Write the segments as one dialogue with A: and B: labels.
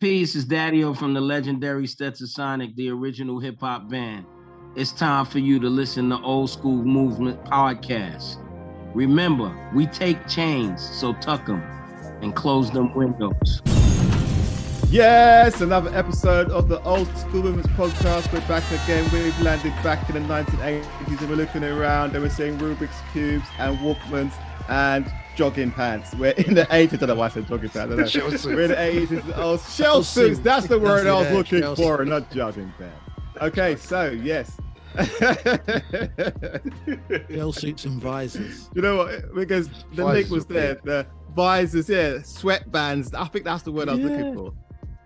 A: P, this is Daddio from the legendary Stetsasonic, the original hip hop band. It's time for you to listen to Old School Movement Podcast. Remember, we take chains, so tuck them and close them windows.
B: Yes, another episode of the Old School Women's Podcast. We're back again. We've landed back in the 1980s and we're looking around and we're seeing Rubik's Cubes and Walkmans and jogging pants. We're in the 80s. I don't know why I said jogging pants. I don't know.
C: Shell suits.
B: We're in the 80s. Oh, shell suits. That's the word I was looking for, and not jogging pants. Okay, so yes.
D: Bell suits and visors.
B: You know what? Because the link
C: Visors
B: was
C: are
B: there. The visors, yeah, sweatbands. I think that's the word I was looking for.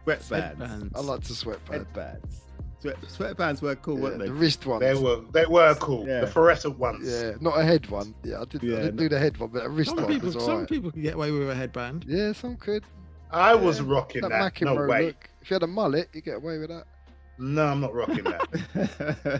B: Sweatbands.
C: I like to sweat pad.
B: Headbands. Sweat, sweatbands were cool,
C: Yeah,
B: weren't
C: the
B: they?
C: wrist ones.
E: They were they were cool.
B: Yeah.
E: The fluorescent ones.
C: Yeah, not a head one. Yeah, I did.
B: Yeah,
C: I didn't
B: no-
C: do the head one, but a wrist
D: Some
C: one
D: people,
C: was
D: some
C: alright.
D: people can get away with a headband.
C: Yeah, some could.
E: I was
C: Yeah.
E: rocking
C: That
E: that. No
C: McEnroe
E: way.
C: look. If you had a mullet, you get away with that.
E: No, I'm not rocking that.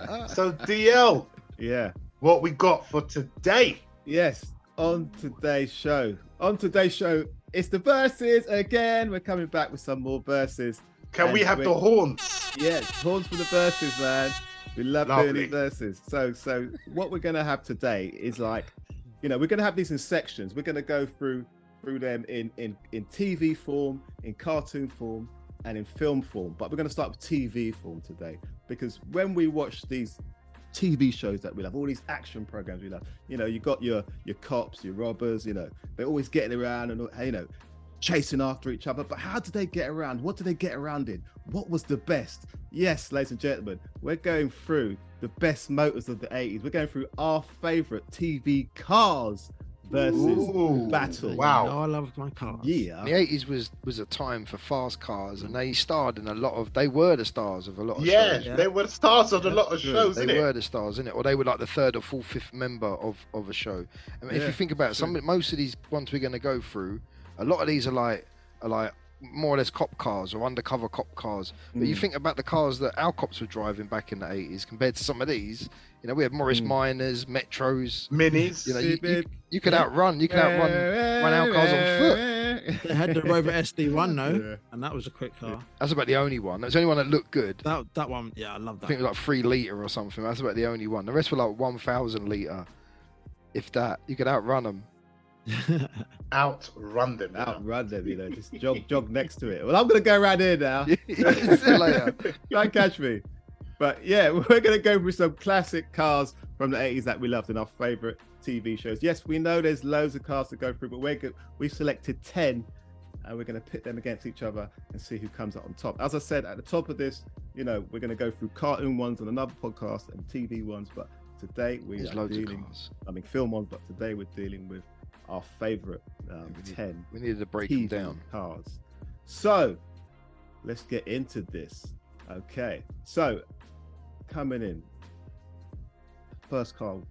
C: Ah,
E: so DL,
B: yeah.
E: what we got for today?
B: Yes. On today's show. On today's show, it's the verses again. We're coming back with some more verses.
E: Can we
B: And
E: have
B: we-
E: the horn?
B: Yes, horns for the verses, man. We love doing
E: Lovely.
B: these verses. So, so what we're gonna have today is like, you know, we're gonna have these in sections. We're gonna go through through them in in in TV form, in cartoon form, and in film form. But we're gonna start with TV form today because when we watch these TV shows that we love, all these action programs we love, you know, you got your your cops, your robbers, you know, they're always getting around and you know, chasing after each other. But how did they get around? What did they get around in? What was the best? Yes, ladies and gentlemen, we're going through the best motors of the 80s. We're going through our favorite TV cars versus
E: Ooh,
B: battle.
E: Wow.
D: You know I love my cars.
B: yeah.
C: The eighties was was a time for fast cars, and they starred in a lot of. They were the stars of a lot of
E: Yeah,
C: shows.
D: yeah.
E: they were the stars of a
B: Yeah,
E: lot
B: good.
E: of shows,
C: They
E: innit?
C: were the stars, innit? Or they were like the third or fourth, fifth member of, of a show. I mean, if
B: Yeah,
C: you think about it,
B: true.
C: some most of these ones we're going to go through, a lot of these are like are like more or less cop cars or undercover cop cars. But you
B: Mm.
C: think about the cars that our cops were driving back in the eighties compared to some of these. You know, we had Morris
B: Mm.
C: Miners, Metros.
E: Minis.
C: You know, you, you,
B: Stupid.
C: you could outrun. You could outrun.
B: run
C: out cars on
B: foot.
D: They had the Rover SD1 though, and that was a quick car.
C: That's about the only one. That's the only one that looked good.
D: That that one, yeah, I love
C: I
D: that.
C: think it was like three liter or something. That's about the only one. The rest were like one thousand liter, if that. You could outrun them.
E: Outrun them.
B: Yeah. Outrun them, you know, just jog jog next to it. Well, I'm gonna go right here now.
C: See you later.
B: Can't catch me. But yeah, we're going to go through some classic cars from the 80s that we loved and our favorite TV shows. Yes, we know there's loads of cars to go through, but we're go- we've selected 10 and we're going to pit them against each other and see who comes out on top. As I said at the top of this, you know, we're going to go through cartoon ones on another podcast and TV ones, but today we
C: There's
B: are
C: loads of
B: dealing,
C: cars.
B: I mean, film ones, but today we're dealing with our favorite um,
C: we did-
B: 10
C: We needed to break
B: TV
C: them down.
B: Cards. So let's get into this. Okay. So coming in, first card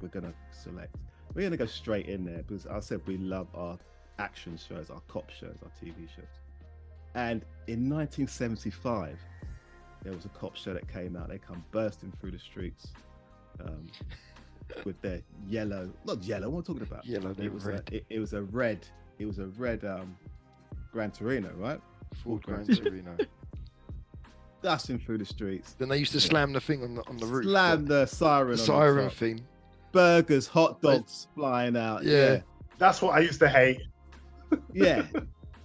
B: we're gonna select. We're gonna go straight in there because I said we love our action shows, our cop shows, our TV shows. And in 1975, there was a cop show that came out. They come bursting through the streets um, with their yellow, not yellow. What am I talking about?
C: Yellow, they
B: it was
C: red.
B: A, it, it was a red. It was a red um, Gran Torino, right?
C: Ford Gran
B: Ford.
C: Torino.
B: Dusting through the streets,
C: then they used to slam the thing on the on the roof.
B: slam the siren,
C: the
B: on the
C: siren
B: top.
C: thing.
B: burgers, hot dogs flying out.
C: Yeah.
E: That's what I used to hate.
B: yeah, yeah.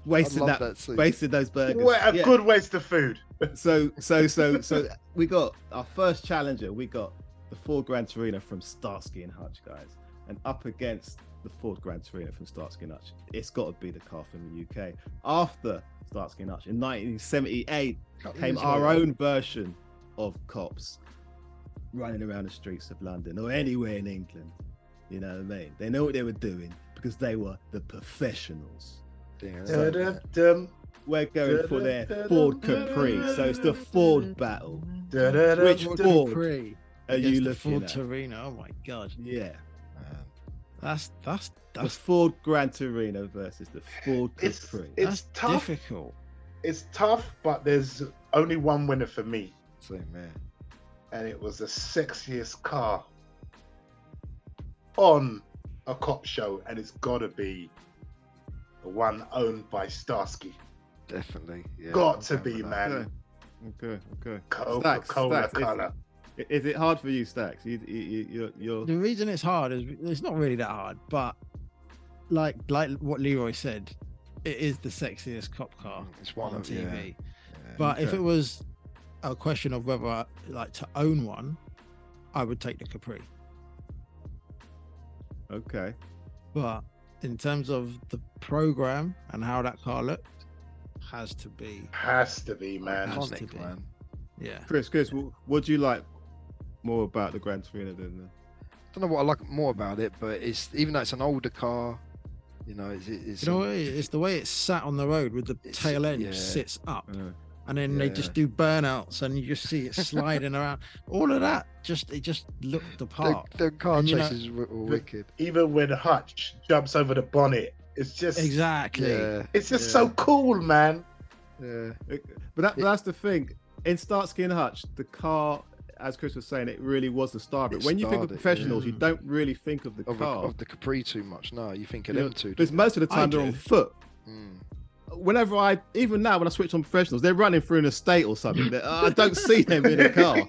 B: wasting
C: I
B: that,
C: love that, scene.
B: wasting those burgers.
E: What a
B: Yeah.
E: good waste of food.
B: So, so, so, so we got our first challenger. We got the Ford Gran Torino from Starsky and Hutch, guys, and up against the Ford Gran Torino from Starsky and Hutch. It's got to be the car from the UK. After Starsky and Hutch in 1978
C: Can't
B: came
C: remember his
B: our
C: name.
B: own version of cops running around the streets of London or anywhere in England. You know what I mean? They know what they were doing because they were the professionals.
C: Damn, that's like that.
E: Da-da-dum,
B: We're going for their Ford Capri, so it's the Ford battle.
E: da-da-dum,
B: Which
D: Ford
E: da-
B: Ford
D: Capri
B: Are
D: against
B: you
D: the
B: looking
D: Ford
B: at?
D: Torino? Oh my god,
B: yeah,
C: Man,
D: that's that's
B: the
D: that's
B: Ford Gran Torino versus the Ford
E: It's
B: Capri.
E: it's
D: that's
E: tough.
D: difficult.
E: It's tough, but there's only one winner for me,
C: Same man.
E: and it was the sexiest car on a cop show, and it's gotta be the one owned by Starsky
C: definitely. Yeah,
E: Got
C: I'm
E: to
C: down
E: be,
C: for that.
E: man.
B: Okay, okay, okay.
E: Coca Cola
B: Stacks, stacks,
E: color.
B: I- Is it hard for you, Stacks? You, you, you, you're, you're
D: The reason it's hard is it's not really that hard, but like like what Leroy said, it is the sexiest cop car
C: It's one
D: on
C: of yeah,
D: TV.
C: yeah.
D: But if
B: Okay.
D: it was a question of whether I like to own one, I would take the Capri.
B: okay.
D: But in terms of the program and how that car looked, has to be
E: Has to be, man.
D: has to
C: iconic,
D: be.
C: man.
D: yeah.
B: Chris, Chris, what, what do you like more about the Gran Torino than the?
C: don't know what I like more about it, but it's even though it's an older car, you know, it's, it's
D: You know,
C: um,
D: what it is? it's the way it's sat on the road with the
C: It's-
D: tail end
C: yeah. Mm,
D: sits up,
B: Uh,
D: and then they just do burnouts, and you just see it sliding around. All of that just it just looked the
C: the,
D: part.
C: the car
D: And, you know-
C: chases were all
E: The-
C: wicked.
E: Even when Hutch jumps over the bonnet, it's just
D: Exactly.
C: Yeah,
E: it's just
B: Yeah.
E: so cool, man.
C: yeah.
B: But that, but that's the thing. In Starsky and Hutch, the car, as Chris was saying, it really was the star. But
C: It
B: when you think of
C: starred it,
B: professionals, you
D: yeah.
B: don't really think of the
C: Of, a,
B: car.
C: of the Capri too much. No, you think of
B: You know,
C: them two.
B: because
C: don't
B: most of the
D: I
B: time they're on
D: do.
B: foot.
C: you? Mm.
B: Whenever I, even now when I switch on professionals, they're running through an estate or something. That uh, I don't see them in a car,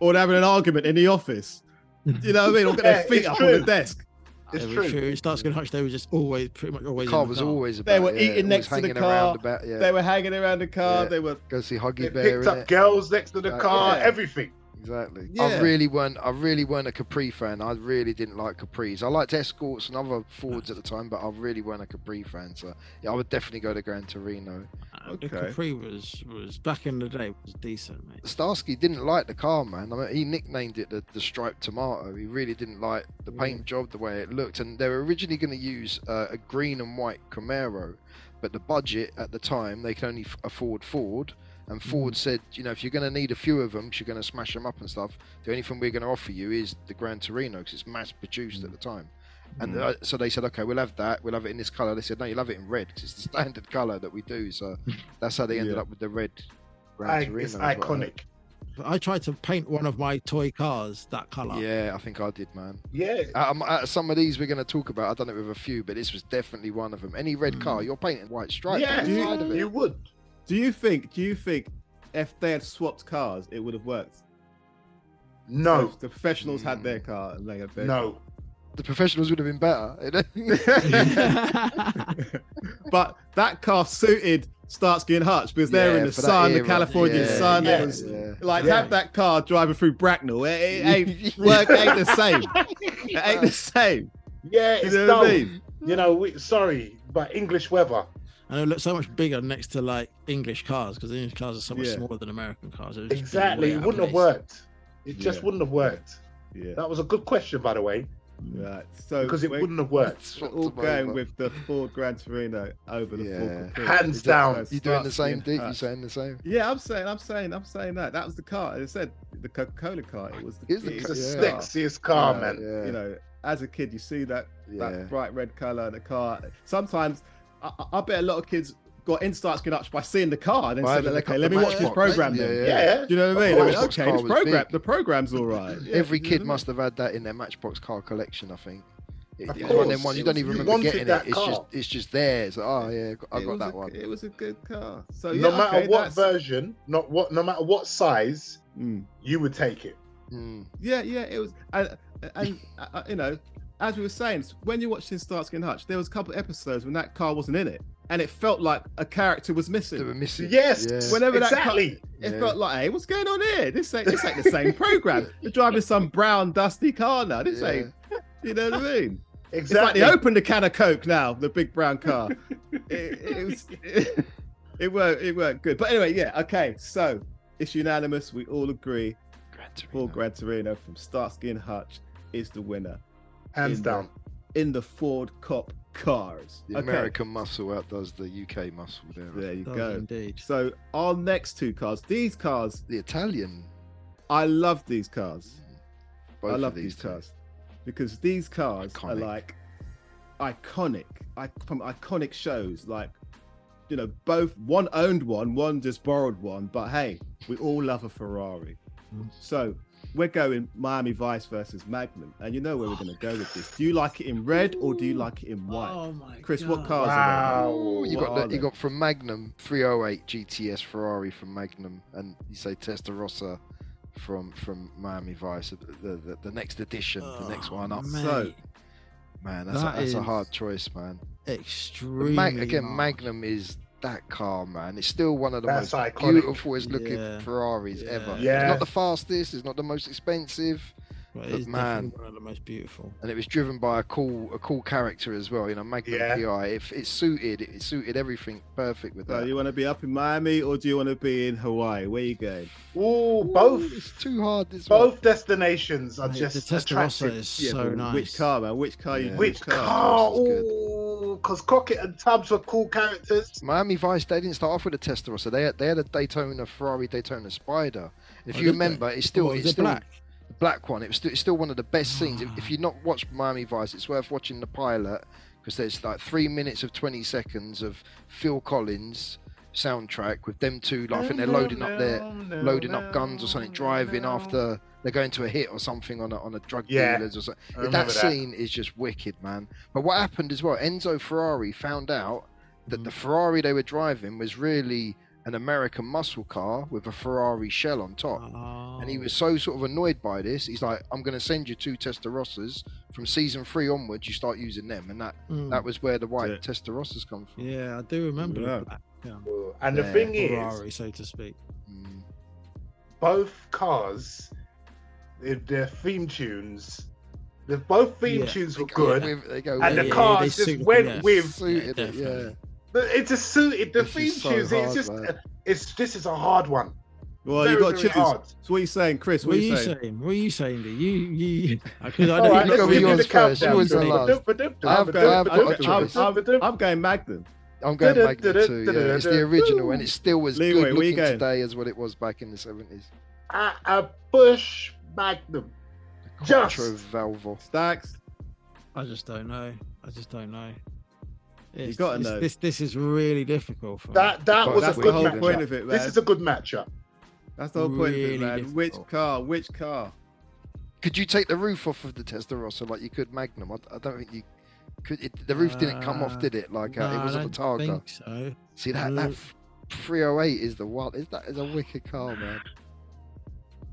B: or they're having an argument in the office. You know what I mean? Or got
E: Yeah,
B: their feet
E: it's
B: up on
E: true.
B: the desk.
E: It's
D: It was
E: true.
D: It starts getting hutch. They were just always pretty much
C: The
D: always. in
C: car
D: the
C: was
D: car.
C: always about.
B: They were
C: yeah,
B: eating
C: always
B: next to the
C: hanging
B: car.
C: Around about, yeah.
B: They were hanging around the car.
C: Yeah.
B: They were
C: Go see Huggy
E: It
C: Bear.
E: picked up
C: innit?
E: girls next to the
C: Uh,
E: car,
B: yeah.
E: everything.
C: Exactly.
B: Yeah.
C: I really weren't. I really weren't a Capri fan. I really didn't like Capris. I liked Escorts and other Fords at the time, but I really weren't a Capri fan. So yeah, I would definitely go to Gran Torino.
D: Uh, The
B: Okay.
D: Capri was was back in the day was decent, mate.
C: Starsky didn't like the car, man. I mean, he nicknamed it the, the striped tomato. He really didn't like the
E: Mm.
C: paint job, the way it looked. And they were originally going to use uh, a green and white Camaro, but the budget at the time they could only f- afford Ford.
E: Mm.
C: And Ford said, you know, if you're going to need a few of them, 'cause you're going to smash them up and stuff. The only thing we're going to offer you is the Gran Torino because it's mass produced at the
E: Mm.
C: time. And uh, so they said, okay, we'll have that. We'll have it in this color. They said, no, you'll have it in red 'cause it's the standard color that we do. So that's how they ended
B: Yeah.
C: up with the red. Gran
E: I,
C: Torino
E: it's
C: is what I heard.
E: iconic.
D: But I tried to paint one of my toy cars that color.
C: Yeah, I think I did, man.
E: Yeah.
C: Um, uh, some of these we're going to talk about. I've done it with a few, but this was definitely one of them. Any red
D: Mm.
C: car, you're painting white stripes
E: yeah,
C: on the side of
E: you,
C: it.
E: you would.
B: Do you think? Do you think if they had swapped cars, it would have worked? So
E: No,
B: if the professionals had their car and they had their.
E: no.
C: The professionals would have been better. you know?
B: but that car suited Starsky and Hutch because they're in
C: Yeah,
B: the
C: for that
B: sun, the
C: era.
B: Californian
D: Yeah,
B: sun.
E: yeah,
B: it was
C: yeah.
B: like
E: Yeah.
B: have that car driving through Bracknell. It, it ain't work ain't the same. It ain't the same.
E: Yeah,
B: You
E: it's
B: know what I
E: no.
B: mean?
E: You know, we, sorry, but English weather.
D: and it looked so much bigger next to like English cars because English cars are so much
B: Yeah.
D: smaller than American cars. It would just be
E: Exactly.
D: way
E: It
D: out of
E: wouldn't have
D: place.
E: worked. It just
B: Yeah.
E: wouldn't have worked.
B: Yeah.
E: That was a good question, by the way,
B: Right. So
E: because it
B: we're
E: wouldn't have worked.
C: Swapped
B: all
C: them
B: going
C: over.
B: with the Ford Gran Torino over the
C: Yeah.
B: Ford Capri.
E: Hands
B: Is that-
E: down.
B: so
C: You doing the
B: Starsky
C: same,
B: and
C: Dick? You
B: Hutch.
C: saying the same?
B: Yeah, I'm saying, I'm saying, I'm saying that. That was the car. As I said the Coca-Cola car. It was the,
C: It's the
E: It's
B: it
E: the
B: was
C: Yeah.
B: car.
E: sexiest car,
C: Yeah,
E: man.
C: Uh, Yeah.
B: Oh, You know, as a kid, you see that
C: yeah.
B: that bright red color in the car. Sometimes I, I- I bet a lot of kids got in Starsky and Hutch by seeing the car and
C: Well,
B: said,
C: having a
B: "Okay,
C: couple
B: let me
C: of
B: watch this
C: Matchbox,
B: program."
C: yeah,
B: then.
C: yeah.
E: Yeah.
B: Do you know what I mean?
C: Of
B: I mean,
C: course,
B: okay, this
C: Matchbox car was
B: program,
C: big.
B: the program's all right. Yeah,
C: Every
B: you know
C: kid
B: what I
C: must have had that in their Matchbox car collection, I think. It,
E: Of
C: it's one of them
E: course.
C: ones you don't
B: You
C: even remember
E: wanted
C: getting it.
E: that
C: It's just
E: car.
C: it's just theirs. Oh yeah, I
B: mean? It
C: got
B: was
C: that
B: a,
C: one.
B: It was a good car. So
E: no
B: yeah,
E: matter
B: okay, that's-
E: what version, not what, no matter what size,
B: Mm.
E: you would take it.
C: Mm.
B: Yeah, yeah, it was, and, and uh, you know, as we were saying, when you're watching Starsky and Hutch, there was a couple episodes when that car wasn't in it, and it felt like a character was
C: They were
B: missing.
C: missing.
E: Yes,
C: Yeah.
B: Whenever that car-
E: exactly.
B: It
C: Yeah.
B: felt like, hey, what's going on here? This ain't this ain't the same program. You're driving some brown dusty car now. This
C: Yeah.
B: ain't, you know what I mean? It's like
E: exactly.
B: they opened a can of Coke now, the big brown car. it, it was, it, weren't it weren't good. But anyway, yeah, okay. So it's unanimous. We all agree.
C: Gran
B: Paul
C: Torino.
B: Gran Torino from Starsky and Hutch is the winner
E: Hands
B: in-
E: down.
B: in the Ford Cop cars.
C: The American muscle outdoes the UK muscle. There.
B: There you
D: Does
B: go.
D: Oh, Indeed.
B: So our next two cars, these cars,
C: The Italian.
B: I love these cars.
C: Both
B: I
C: of
B: love these,
C: two.
B: cars because these cars are
C: Iconic.
B: like iconic, I, from iconic shows. Like, you know, both one owned one, one just borrowed one. But hey, we all love a Ferrari.
D: Mm.
B: So we're going Miami Vice versus Magnum, and you know where we're going to go with this. Do you
C: Oh,
B: like it in red or do you like it in white?
D: Oh my
B: Chris, what
D: God.
B: cars are
E: Wow.
C: Ooh, Oh, you
B: What
C: got
B: are
C: the, you
B: they?
C: got from Magnum 308 GTS Ferrari from Magnum, and you say Testarossa from from Miami Vice, the the, the next edition, the next
D: Oh,
C: one up.
D: mate,
B: So-
C: Man, that's,
D: that
C: a, that's a
D: is
C: hard choce, man. But
D: extremely
C: Mag- again,
D: hard.
C: Magnum is that car, man. It's still one of the
E: That's
C: most
E: iconic.
C: beautifulest looking
D: Yeah.
C: Ferraris
D: Yeah.
C: ever.
E: Yeah.
C: It's not the fastest. It's not the most expensive.
D: Well,
C: but
D: it is
C: man.
D: definitely one of the most beautiful.
C: and it was driven by a cool a cool character as well. You know, Magnum
E: Yeah.
C: PI. If it suited, it suited everything perfect with
B: So
C: that.
B: you want to be up in Miami or do you want to be in Hawaii? Where you going?
E: Ooh,
C: Ooh,
E: both
C: It's too hard. This one.
E: both destinations are
D: Mate,
E: just
D: the Testarossa
E: attractive.
D: is
B: Yeah,
D: so
B: but
D: nice.
B: Which car, man? Which car?
C: Yeah.
B: You
E: Which
C: car?
E: car?
C: Testarossa is good.
E: Ooh, because Crockett and Tubbs were cool characters.
C: Miami Vice. They didn't start off with a Testarossa. They had, they had a Daytona Ferrari Daytona Spider. And if
D: Oh,
C: you
D: did
C: remember, it's still
D: What, was
C: it's
D: it
C: still
D: black? Ah.
C: the black one. It was still, it's still one of the best scenes. If, if you've not watched Miami Vice, it's worth watching the pilot because there's like three minutes of twenty seconds of Phil Collins soundtrack with them two. Like, I think they're loading up their loading up guns or something, driving after they're going to a hit or something on a, on a drug
E: Yeah,
C: dealers or something.
E: I
C: That,
E: remember that.
C: scene is just wicked, man. But what happened as well? Enzo Ferrari found out that
E: Mm.
C: the Ferrari they were driving was really an American muscle car with a Ferrari shell on top.
D: Oh.
C: And he was so sort of annoyed by this. He's like, "I'm going to send you two Testarossas from season three onwards. You start using them." And that
D: Mm.
C: that was where the white
B: Yeah.
C: Testarossas come from.
D: Yeah, I do remember
B: Yeah.
D: the black um,
E: And the
C: Yeah,
E: thing is,
D: Ferrari, so to speak.
C: Mm.
E: both cars, their- their theme tunes, the both theme
D: Yeah.
E: tunes were
C: They go
E: good.
C: with- they go with
E: And the
C: it.
E: car-
D: they
E: cars just
D: suited-
E: went with-
C: Suited it,
D: definitely.
C: yeah.
E: But It just suited the
C: This
E: theme
C: is so
E: tunes.
C: hard,
E: it's just,
C: man.
E: it's this is a hard one.
B: Well,
E: very,
B: you got
E: very
B: to choose.
E: hard.
B: So what are you saying, Chris?
D: What are
B: What
D: you
B: you saying?
D: saying? What are you saying? Do you you? Because I
E: All
D: don't
E: right,
C: Look
E: let's
C: over
E: do the
C: yours first.
E: countdown.
C: Yours are last. I've got- I've got a choice.
B: I'm going Magnum.
C: I'm going
E: Da-da,
C: Magnum
E: da-da,
C: too. Yeah.
E: da-da,
C: It's the
E: da-da.
C: original, and it still as
B: Leeway, where
C: good
B: you
C: looking
B: going?
C: today as what it was back in the seventies.
E: A, a Bush Magnum. Just.
C: Quattro Valvo.
B: Stacks.
D: I just don't know. I just don't know. It's-
B: gotta
D: it's-
B: know.
D: This this is really difficult for me.
E: That that
C: But
E: was
B: that's
E: a
B: the
E: good
B: whole
E: matchup.
B: point of it, man.
E: This is a good matchup.
B: That's the whole point of
D: Really
B: it, man. Which
D: difficult.
B: car? Which car?
C: Could you take the roof off of the Testarossa like you could Magnum? I, I don't think you could. It, the roof didn't come off,
D: Uh,
C: did it? Like uh,
D: No,
C: it was
D: I
C: on the
D: don't
C: Targa.
D: think so.
C: See that
D: No.
C: that f- 308 is the one. Is that is a wicked car, man.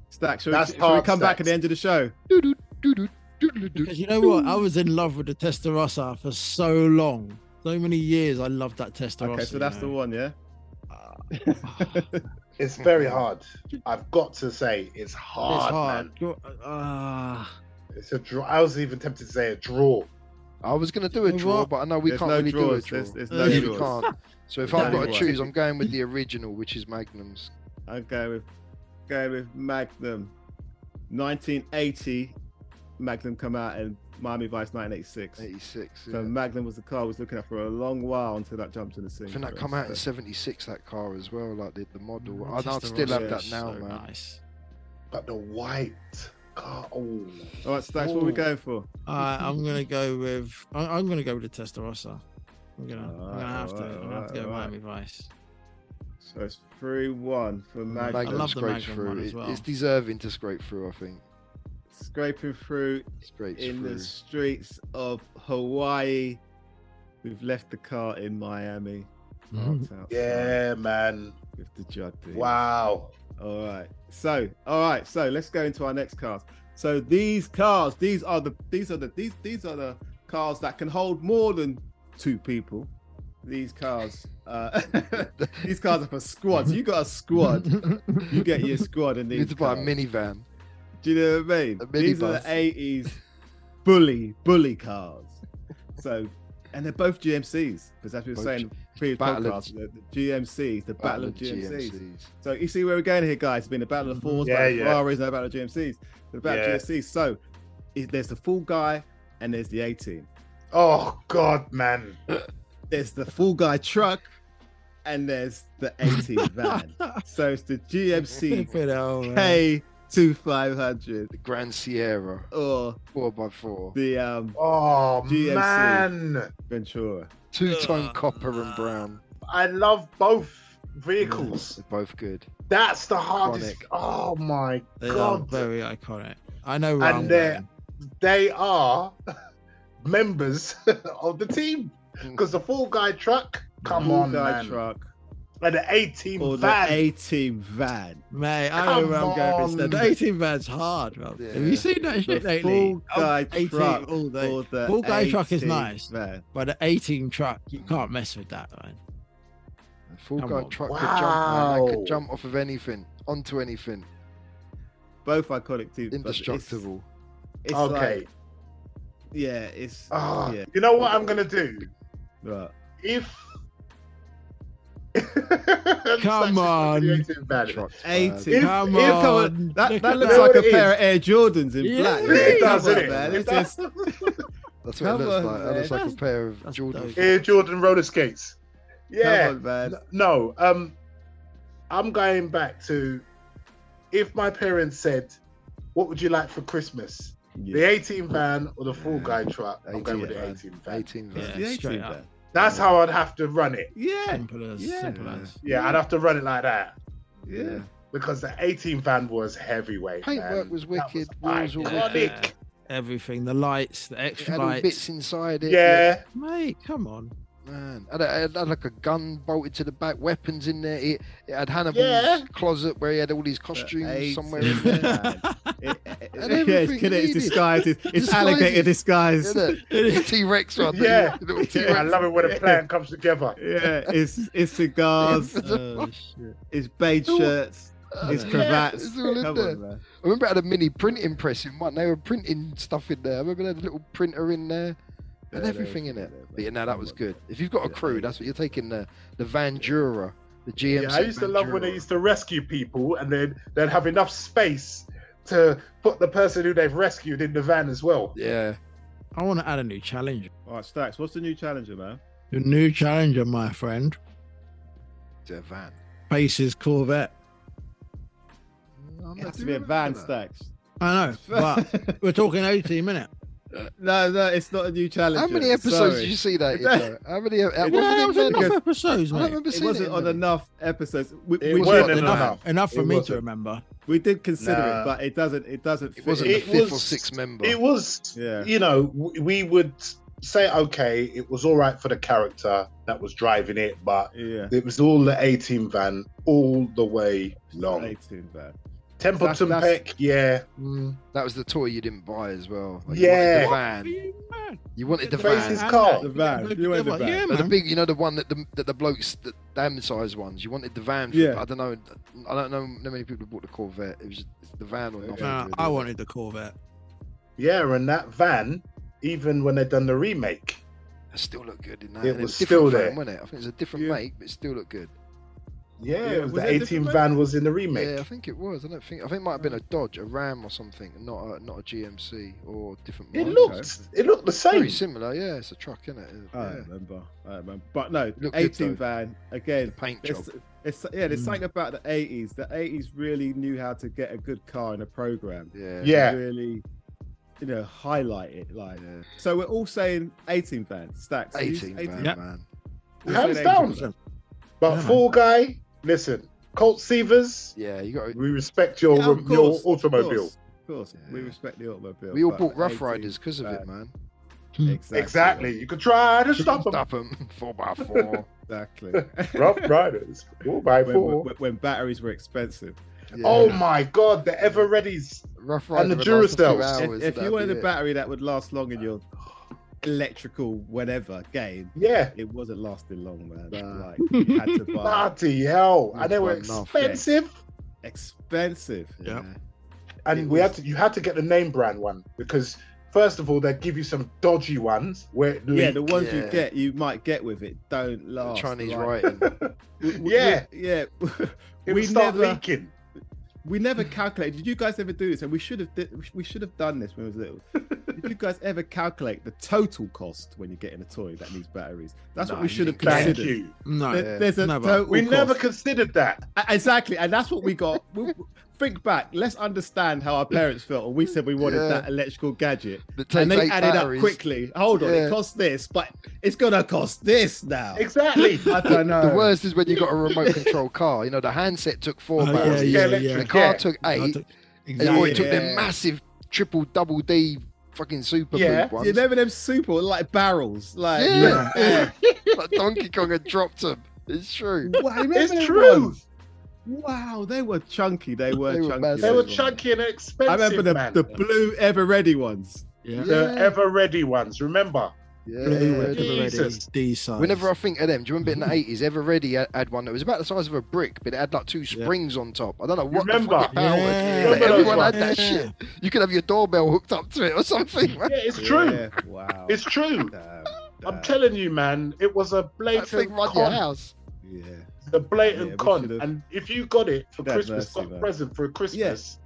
B: Stacks. Shall,
E: That's
B: we, shall we
E: hard,
B: come back at
E: Stacks.
B: the end of the show?
C: Doo-doo, doo-doo, doo-doo, doo.
D: Because you know what? I was in love with the Testarossa for so long, so many years. I loved that Testarossa.
B: Okay, so that's the one, yeah.
D: one.
E: It's very hard. I've got to say, it's hard,
D: it's hard.
E: man.
D: Go- Uh,
E: It's a draw. I was even tempted to say a draw.
C: I was gonna do a
D: You know
C: draw,
D: what?
C: but I know we
B: There's
C: can't
B: no
C: really
B: draws.
C: do a
B: There's,
C: draw.
B: there's
D: Yeah,
B: no
D: you
C: we
B: draws.
C: can't. So if
B: There's
C: I've
B: no
C: got to
B: draws.
C: choose, I'm going with the original, which is Magnum's.
B: I'm going with, going with Magnum. 1980, Magnum come out and Miami Vice 1986.
C: 86.
B: So
C: yeah.
B: Magnum was the car I was looking at for a long while until that jumped in the scene.
C: I think
B: for
C: that
B: us,
C: come out in
B: so-
C: '76. That car as well, like the, the model.
D: Mm,
C: I'd, I'd still
D: Testarossa
C: have
B: yeah,
C: that
D: is
C: now,
D: so
C: man.
D: Nice.
E: But the white car. Oh.
B: All right, Stacks, what are we
E: Ooh.
B: going for?
D: Alright, I'm gonna go with. I, I'm gonna go with the Testarossa. I'm gonna. I'm
B: Alright,
D: gonna have to. I'm
B: alright,
D: gonna have to go with
B: alright.
D: Miami Vice.
B: So it's 3 1 for
E: Mm,
B: Magnum.
D: I
C: Magnum
D: love the
C: scrapes
D: Magnum
C: through.
D: one as
C: It-
D: well.
C: It's deserving to scrape through. I think
B: Scraping through
C: scrapes
B: in
C: through.
B: the streets of Hawaii. We've left the car in Miami. parked outside
E: Yeah, man.
B: With the drug dealers.
E: Wow.
B: All right. So, all right. So let's go into our next cars. So these cars, these are the these are the these these are the cars that can hold more than two people. These cars, uh, these cars are for squads. You got a squad. You get your squad in
C: You
B: these.
C: need to buy a
B: cars.
C: minivan.
B: Do you know what I mean?
C: A
B: These are
C: minibus.
B: the eighties bully bully cars. So, and they're both GMCs because as we were
C: Both
B: saying in the previous
C: Battle of
B: podcast, the, the GMCs, the battle, of GMCs.
C: GMCs.
B: So you see where we're going here, guys. It's been a battle of
D: Mhm.
B: fours,
E: Yeah,
B: battle of
E: yeah.
B: Ferraris, no battle of GMCs. The battle
E: Yeah.
B: of GMCs. So it, there's the full guy and there's the 18.
E: Oh God, man.
B: There's the full guy truck and there's the 18 van. So it's the GMC
D: Flipping hell, man.
B: K2500
C: The Grand Sierra,
B: or
C: four by four,
B: the um,
E: Oh
B: GMC.
E: man.
B: Ventura.
C: two tone
D: Ugh.
C: copper and brown.
E: I love both. vehicles.
B: Mm.
C: They're both good.
E: That's the hardest.
C: Iconic.
E: Oh my
D: They are
E: god!
D: very iconic. I know.
E: And
D: Raoul
E: they're-
D: Wayne.
E: They are members of the team because the full guy truck. Come
B: Cool
E: on,
B: Mm. guy
E: man.
B: truck
E: And the A team
B: or
E: van.
B: the A team van.
D: Mate, I know
E: Come
D: where I'm going. with this. The
E: on.
D: 18 van's hard, man. Have
C: Yeah.
D: you seen that
B: The
D: shit lately?
B: full guy
D: 18
B: truck
D: Oh, all day.
B: or the
D: Full guy truck is
B: A-team
D: nice.
B: Van.
D: But the 18 truck, you can't mess with that, man.
C: A full
D: Come
C: guy
D: on.
C: truck could jump. Man. That
E: Wow.
C: could jump off of anything, onto anything.
B: Both iconic teams. but it's-
C: Indestructible.
B: It's,
E: okay.
B: Like, yeah, it's
E: Ah,
B: yeah.
E: You know what I'm gonna do?
B: Right.
E: If I'm
D: Come
E: such a
D: on.
E: creative man.
C: Trucked, man.
B: 18.
D: Come
B: Yeah, come on.
D: on.
B: That,
D: look
B: that
D: at
B: looks
E: that.
B: like a
E: It
B: pair
E: is.
B: of Air Jordans in
D: Yeah,
B: black.
D: it
E: It does,
B: Come on,
E: it?
B: man.
E: It
B: It's
E: does.
B: just
C: That's what it
B: Come
C: looks
B: on,
C: like.
B: man.
C: That looks like a
D: That's-
C: pair of
D: that's
C: Jordan.
D: dope.
E: Air Jordan roller skates. Yeah.
B: come on, man.
E: N- No, um, I'm going back to if my parents said, "What would you like for Christmas?" The
B: Yeah.
E: 18 van or the full guy truck? I'm going with
C: 18
E: the
B: van.
E: 18 van.
C: 18
D: Yeah.
B: The
C: van.
B: A
D: straight
B: team
D: up.
B: van.
E: That's how I'd have to run it.
B: Yeah.
D: Simple as,
B: Yeah.
D: simple as.
E: Yeah, I'd have to run it like that
B: Yeah.
E: because the 18 van was heavyweight.
C: Paintwork
E: man.
C: was
E: That
C: wicked.
E: Was
C: Wheels all
D: Yeah.
E: iconic.
D: Everything, the lights, the
C: It
D: extra
C: had all
D: lights.
C: bits inside it.
E: Yeah,
D: Mate, come on.
C: Man, it had, it had like a gun bolted to the back, weapons in there. It, it had Hannibal's
E: Yeah.
C: closet where he had all his costumes
B: 18
C: somewhere in
B: van.
C: there.
B: It- it-
C: And
B: yeah, it's,
C: everything
B: kid- it's
C: needed.
B: disguised. It's, it's
C: Disguises.
B: alligator disguised.
C: Isn't it? It's T Rex one.
E: Yeah.
C: the little
B: Yeah.
E: I
C: T-Rex.
E: love it when a plan comes together.
B: Yeah, it's it's cigars,
D: Oh, shit.
B: it's beige
C: Oh,
B: shirts, it's
D: yeah,
B: cravats.
C: it's all in
B: Come
C: there.
B: on, man.
C: I remember it had a mini printing press in one. They were printing stuff in there. I remember they had a little printer in there and
B: Yeah,
C: everything in
B: there
C: it.
B: was-
C: But yeah, no, that was good. If you've got a
B: Yeah,
C: crew,
B: yeah.
C: that's what you're taking the the Vandura, the GMC.
E: Yeah, I used to love when they
C: Vandura.
E: used to rescue people and then they'd have enough space to put the person who they've rescued in the van as well.
C: Yeah,
D: I want to add a new challenge.
B: All right, Stacks, what's the new challenger, man?
D: The new challenger, my friend,
C: the van.
D: faces Corvette.
C: I'm
B: It
C: not
B: has to be a
C: doing
B: van,
C: that.
B: Stacks.
D: I know, but we're talking 18 minutes.
B: no, no, it's not a new challenger.
C: How many episodes
B: Sorry.
C: did you see that? In, though? How many? e- How,
B: It
C: wasn't
D: Yeah, it
C: it
D: was
C: many?
D: enough episodes,
C: I don't
D: mate.
C: remember
B: It
C: seeing
B: wasn't
C: it
B: on
C: many.
B: enough episodes. We,
E: It
B: we,
E: wasn't
B: did,
E: enough.
D: Enough for
E: It
D: me to
E: wasn't.
D: remember.
B: we did consider
E: Nah.
B: it, but it doesn't. It doesn't.
C: It
B: fit.
C: wasn't
E: It
C: the fifth or
E: was-
C: sixth member.
E: It was,
B: Yeah.
E: you know, w- we would say, okay, it was all right for the character that was driving it, but
B: Yeah.
E: it was all the 18 van all the way long.
B: Eighteen van.
E: Templeton
B: That's- that's- Mm.
E: Peck, yeah.
C: That was the toy you didn't buy as well. Like,
E: Yeah.
C: You wanted the van. You wanted the
E: The faces
C: van.
E: cut. car.
B: The van. You went the van.
D: Yeah,
C: But the
D: man.
C: big, you know, the one that the, that the blokes, the damn size ones. You wanted the van. For,
B: Yeah.
C: I don't know. I don't know how many people bought the Corvette. It was it's the van or nothing.
D: Nah,
C: really.
D: I wanted the Corvette.
E: Yeah, and that van, even when they'd done the remake,
C: It still looked good in that.
E: It
C: and
E: was
C: different
E: still
C: van,
E: there.
C: wasn't it? I think it was a different
B: Yeah.
C: make, but it still looked good.
E: yeah,
B: Yeah,
E: it was
B: was
E: the
B: it a
E: 18
B: different
E: van was in the remake.
C: Yeah, I think it was. I don't think. I think it might have been a Dodge, a Ram, or something, not a, not a GMC or a different.
E: It
C: model.
E: looked, it looked the
C: very
E: same.
C: similar. Yeah, it's a truck, isn't it?
B: I don't remember. I don't remember. But no,
C: Looked good,
B: eighteen
C: though.
B: van
C: The
B: again.
C: paint job.
B: It's, it's yeah. There's
D: Mm.
B: something about the eighties. The eighties really knew how to get a good car in a program.
C: Yeah.
E: Yeah.
B: Really, you know, highlight it like.
C: yeah.
B: So we're all saying eighteen van stacks. You-
C: 18 van,
D: Yeah.
C: man.
B: we're
E: Hands
B: saying
E: down.
B: 18.
E: But
D: Yeah,
E: Fall Guy, listen, Colt Seavers,
C: Yeah, you got.
E: we respect your
B: Yeah, of
E: your
B: course,
E: automobile.
B: Of course, of course. we
C: Yeah.
B: respect the automobile.
C: We all
B: but
C: bought Rough
B: 18
C: Riders because of it, man. Mm.
B: Exactly.
E: Exactly. You could try to stop them.
C: Stop them. Four by four.
B: Exactly.
E: Rough Riders, four by
B: when,
E: four.
B: when, when batteries were expensive.
C: Yeah.
E: Oh my God, the Ever Readies.
C: Rough
E: and
C: Rider
E: the
C: would last a few
E: Duracell.
C: hours,
B: if if you
C: that'd
B: wanted
C: be
B: a
C: it.
B: battery that would last long in your electrical whatever game,
E: Yeah,
B: it wasn't lasting long, man.
C: Nah.
B: Like you had to buy
E: bloody hell,
C: That's
E: and they were
C: quite enough,
B: yeah.
E: expensive.
B: expensive.
D: Yeah.
E: And
C: It
E: we had
C: was-
E: to, you had to get the name brand one because first of all, they give you some dodgy ones where it
B: Yeah, the
E: leaked.
B: ones you
C: Yeah.
B: get, you might get with it, don't
C: The
B: last.
C: Chinese
B: like-
C: writing.
B: we- we-
E: Yeah.
B: yeah.
E: it
B: we
E: would start
B: never-
E: leaking.
B: We never calculated. Did you guys ever do this? And we should have. Did, we should have done this when we was little. Did you guys ever calculate the total cost when you're getting a toy that needs batteries? That's
C: No,
B: what we
C: you
B: should have
C: didn't
E: Thank
B: considered.
E: you.
D: No.
B: There- There's a
D: Never.
B: total
E: We never
B: cost.
E: considered that.
B: A- Exactly, and that's what we got. We- think back. Let's understand how our parents felt, and we said we wanted
C: Yeah.
B: that electrical gadget,
C: That
B: and
C: takes
B: they
C: eight
B: added
C: batteries.
B: up quickly. Hold on,
C: Yeah.
B: it costs this, but it's gonna cost this now.
E: Exactly.
B: I don't know.
C: The worst is when you got a remote control car. You know, the handset took four
D: Oh,
C: batteries.
E: yeah,
C: The
E: yeah.
C: car
E: Yeah.
C: took
D: I
C: eight.
D: took-
C: And
D: Exactly.
C: or it took
B: Yeah.
C: them massive triple double D fucking super
E: Yeah.
C: boob ones.
B: You remember them super like barrels, like
C: Yeah. Like Donkey Kong had dropped them. It's true.
B: Wow, you remember
E: It's
B: them
E: true.
B: ones? Wow, they were chunky. They were
C: They were
B: chunky.
C: massive.
E: they were
C: Yeah.
E: chunky and expensive.
B: I remember the,
E: man.
B: the blue ever ready ones.
D: Yeah.
E: The ever ready ones. Remember?
D: Blue
C: Yeah.
D: with the red
E: Jesus.
D: D size.
C: Whenever I think of them, do you remember in the eighties, Ever Ready had, had one that was about the size of a brick, but it had like two
D: Yeah.
C: springs on top. I don't know what the
E: Remember.
C: fuck it powered, but
D: Yeah.
E: Remember those
C: everyone had that
D: ones. Yeah.
C: shit. You could have your doorbell hooked up to it or something. Man.
E: Yeah, it's true.
B: Yeah, Wow.
E: It's true.
B: Damn,
E: I'm
B: damn.
E: telling you, man, it was a
C: That
E: blatant
C: thing run your
E: con.
C: house.
B: Yeah.
E: The blatant
B: Yeah, we
E: con.
B: should've-
E: And if you got it for
B: Should have
E: Christmas,
B: mercy,
E: got a
B: man.
E: present for Christmas,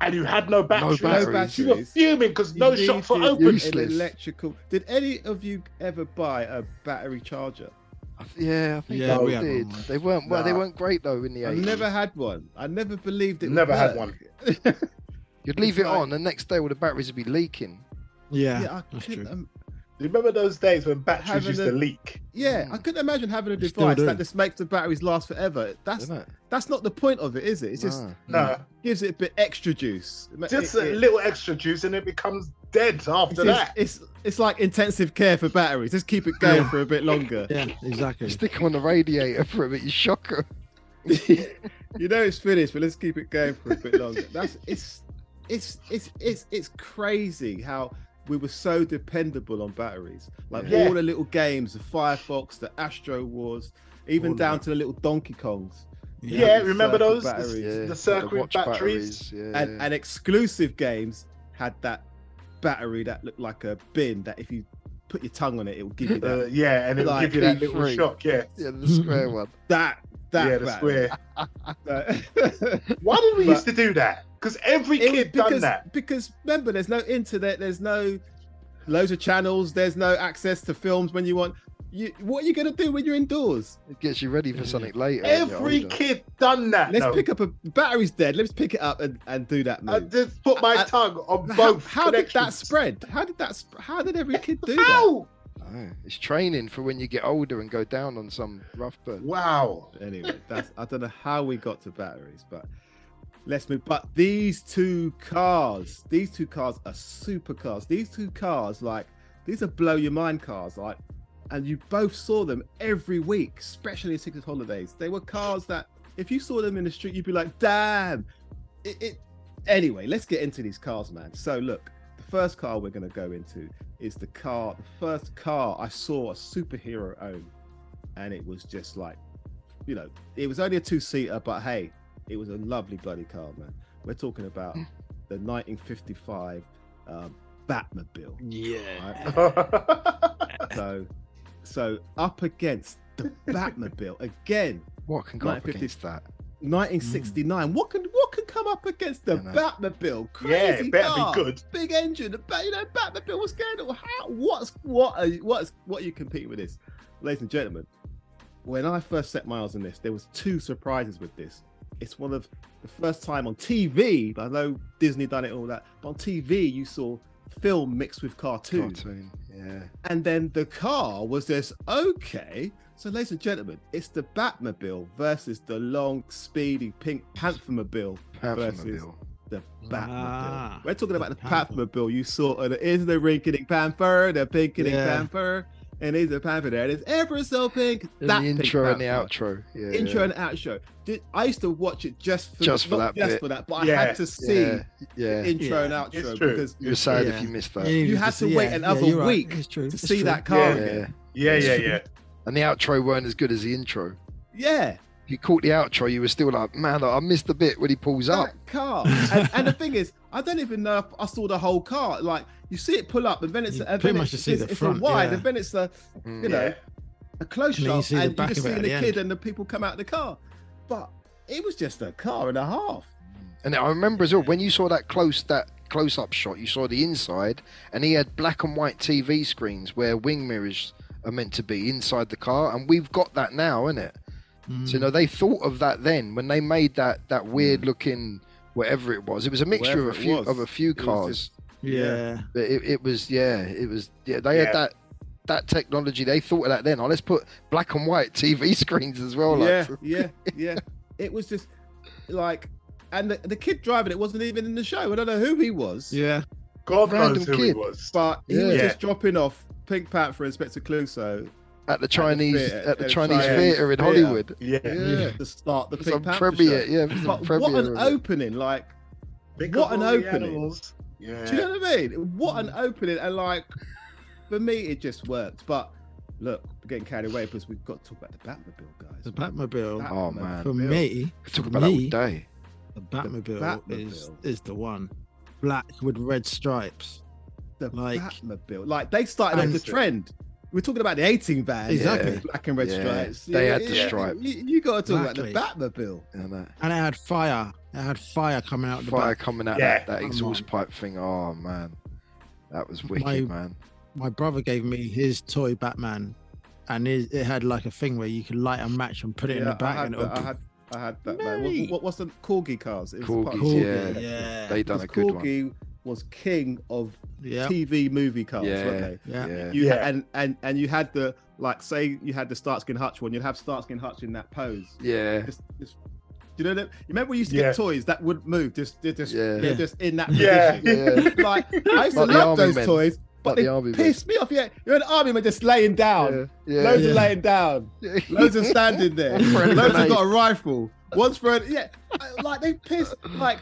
E: and you had no batteries,
B: No
C: batteries.
E: you were
B: batteries.
E: fuming because no
B: You
E: shop for
B: needed
E: open.
B: An
C: Useless.
B: electrical. Did any of you ever buy a battery charger?
C: I th- Yeah, I think
D: Yeah,
C: they
D: we had one
C: did.
D: once.
C: They weren't well, they
B: Nah.
C: weren't great though in the
B: I
C: eighties.
B: never had one. I never believed it. would
E: Never had
B: work.
E: one.
C: You'd leave it
B: It's like-
C: on, the next day all the batteries would be leaking.
D: yeah,
B: Yeah, I
D: that's
B: couldn't,
D: true.
B: um,
E: You remember those days when batteries
B: Having
E: used
B: a-
E: to leak?
B: yeah, I couldn't imagine having a
D: You still
B: device
D: do.
B: that just makes the batteries last forever. That's
C: Didn't it?
B: that's not the point of it, is it? It's just
C: Nah.
E: No,
B: gives it a bit extra juice. Mm. It ma-
E: just
B: it-
E: a
B: it-
E: little extra juice and it becomes dead
B: it's,
E: after
B: just-
E: that.
B: it's it's like intensive care for batteries. Just keep it going
D: Yeah.
B: for a bit longer.
D: Yeah, exactly.
C: Stick 'em on the radiator for a bit, you shock 'em.
B: you know it's finished, but let's keep it going for a bit longer. That's it's it's it's it's it's crazy how we were so dependable on batteries. Like
E: Yeah.
B: all the little games, the Firefox, the Astro Wars, even
D: All of
B: down
D: it.
B: to the little Donkey Kongs.
E: Yeah,
B: Circle
E: remember those? The-
B: batteries.
C: Yeah,
E: the
C: like
E: circuit
C: watch
E: batteries.
C: Yeah.
B: And and exclusive games had that battery that looked like a bin that if you put your tongue on it, it would give you that.
E: Uh, yeah, and it'll
B: Like
E: give you that
C: P3.
E: little shock. Yeah,
C: yeah, the square one.
B: that that
E: yeah, the
B: battery.
E: square.
B: So-
E: Why did we
B: But-
E: used to do that? Because every
B: It was
E: kid
B: because,
E: done that.
B: Because remember, there's no internet, there's no loads of channels, there's no access to films when you want. You, what are you gonna do when you're indoors?
C: It gets you ready for something later. when you're
E: Every
C: older.
E: kid done that.
B: Let's
E: no.
B: pick up a battery's dead. Let's pick it up and, and do that
E: I
B: move.
E: just put my
B: I-
E: tongue on
B: how,
E: both.
B: how did that
E: connections.
B: spread? How did that? Sp- how did every kid do that?
E: How?
C: Oh, it's training for when you get older and go down on some rough bird.
E: Wow.
B: Anyway, that's I don't know how we got to batteries, but let's move. But these two cars, these two cars are supercars. These two cars, like these are blow your mind cars, like, and you both saw them every week, especially in Six Holidays. They were cars that if you saw them in the street, you'd be like, damn. It, it anyway, let's get into these cars, man. So look, the first car we're gonna go into is the car, the first car I saw a superhero own. And it was just like, you know, it was only a two-seater, but hey, it was a lovely bloody car, man. We're talking about the 1955 um, Batmobile.
D: Yeah.
B: So, so up against the Batmobile again,
C: What can go up
B: 950.
C: against that?
B: 1969. What can what can come up against the
C: I know.
B: Batmobile?
E: Yeah, it
B: Crazy
E: better be
B: car,
E: good.
B: big engine. The ba- you know Batmobile. What's going on? How, what's what? Are, you- what's what are you competing with this, ladies and gentlemen? When I first set miles on this, there was two surprises with this. It's one of the first time on TV. I know Disney done it and all that, but on TV you saw film mixed with cartoon
C: Cartoon. Yeah.
B: and then the car was just okay. So, ladies and gentlemen, it's the Batmobile versus the long, speedy Pink Panthermobile,
C: Panthermobile.
B: the Batmobile.
D: Ah,
B: We're talking
D: the
B: about the
D: Panther.
B: Panthermobile. You saw it is the rinketing panther, the pinkening
D: Yeah.
B: panther, and it's a panther there. It is ever so pink.
C: In
B: that
C: the
B: Pink
C: intro and the
B: Panther.
C: outro. Yeah.
B: Intro
C: yeah.
B: and out show. Did, I used to watch it just for
C: Just for
B: not
C: that
B: just
C: bit.
B: for that, but I
E: Yeah.
B: had to see
C: Yeah. yeah.
B: intro and
D: Yeah.
B: outro
E: It's true.
B: because
C: You're sad if
D: Yeah.
C: you missed that.
D: Yeah,
B: You
D: was
B: had
D: just-
B: to wait another
D: you're
B: week
D: It's true.
B: to
D: it's
B: see
D: true.
B: that car.
E: Yeah.
B: again.
C: Yeah.
E: Yeah, yeah, yeah.
C: And the outro weren't as good as the intro.
B: yeah.
C: If you caught the outro, you were still like, man, I missed the bit when he pulls up.
B: that car. and, and the thing is, I don't even know if I saw the whole car. Like you see it pull up, and then it's
D: You
B: and
D: pretty
B: then
D: much
B: it's,
D: just see
B: it's,
D: the
B: it's
D: front,
B: a wide,
D: yeah.
B: and then it's a
C: Mm.
B: you know
E: Yeah.
B: a close
D: And then you
B: shot,
D: see the
B: and you
D: back
B: just
D: of it
B: see
D: at
B: the
D: the
B: kid
D: end.
B: and the people come out of the car. But it was just a car and a half.
C: And I remember as well when you saw that close that close up shot, you saw the inside, and he had black and white TV screens where wing mirrors are meant to be inside the car, and we've got that
D: Mm.
C: now, isn't it? So you know they thought of that then when they made that that weird looking whatever it was. It was a mixture
B: Wherever
C: of a
B: it
C: few
B: was,
C: of a few
B: it was
C: cars.
B: just-
D: Yeah.
C: But it, it was yeah, it was yeah. They
E: Yeah.
C: had that that technology. They thought of that then. Oh, let's put black and white TV screens as well. Oh, Like,
B: yeah, yeah, yeah. It was just like, and the, the kid driving it wasn't even in the show. I don't know who he was,
D: Yeah.
E: God
C: Random
E: knows who he
C: kid.
E: was.
B: but he was
E: Yeah.
B: just dropping off Pink Panther, Inspector Clouseau,
C: at the Chinese at the,
B: theatre- at the
C: Chinese
B: Chinese
C: theater in
B: theatre.
C: Hollywood.
E: Yeah.
C: Yeah,
D: Yeah.
B: to start the
C: It was on
B: Pink Panther
C: premiere.
B: show.
C: Yeah, it was on
B: But what
C: premiere
B: an
C: of it.
B: opening! Like,
E: Pick
B: What
E: up
B: an
E: all the
B: opening.
E: animals. Yeah.
B: do you know what I mean? What
D: Mm.
B: an opening! And like, for me, it just worked. But look, we're getting carried away because we've got to talk about the Batmobile, guys.
D: The Batmobile.
C: Oh, man.
D: For
B: Batmobile.
D: me,
C: We could talk about that
D: Me?
C: all day.
D: the Batmobile, is
B: Batmobile.
D: is the one. Black with red stripes.
B: the
D: Like-
B: Batmobile. Like they started off
D: And-
B: the trend. We're talking about the 18 van,
D: Exactly.
B: yeah, black and red
C: Yeah,
B: stripes.
C: they had the
B: yeah,
C: stripe.
B: You, you got to talk about the
D: Exactly.
B: Batmobile.
C: And that
D: And it had fire. It had fire coming out the
C: fire
D: back.
C: coming out
E: Yeah.
C: that, that
D: Come
C: exhaust
D: on.
C: pipe thing. Oh man, that was wicked,
D: My-
C: man.
D: My brother gave me his toy Batman. And his, it had like a thing where you could light a match and put it in the
B: Yeah, I
D: back,
B: had
D: and it
B: that.
D: would
B: I had, I had that. Man. What-
D: Mate.
B: What, what's the Corgi cars? It was
C: Corgis,
B: part of-
C: yeah.
D: Corgi, yeah,
C: They done
B: Because
C: a good one.
B: Corgi was king of
D: yeah,
B: TV movie cars,
C: Yeah.
B: weren't they?
D: yeah,
C: Yeah.
B: You
E: Yeah.
B: and and and you had the like, say you had the Starskin Hutch one. You'd have Starskin Hutch in that pose.
C: Yeah,
B: Just, just, do you know that? You remember we used to
E: Yeah.
B: get toys that would move. Just, they're just,
C: Yeah.
B: they're just in that
E: Yeah.
B: position.
C: yeah.
B: like I used to
C: Like the
B: love
C: army
B: those
C: men.
B: toys, but
C: Like the
B: they
C: army men.
B: pissed me off. Yeah, you're an army man just laying down,
C: yeah,
B: loads
D: Yeah.
B: of laying down,
C: yeah.
B: loads of standing there,
C: One for a
B: loads have
C: grenade.
B: got a rifle, one's for a, yeah, I- like they pissed like.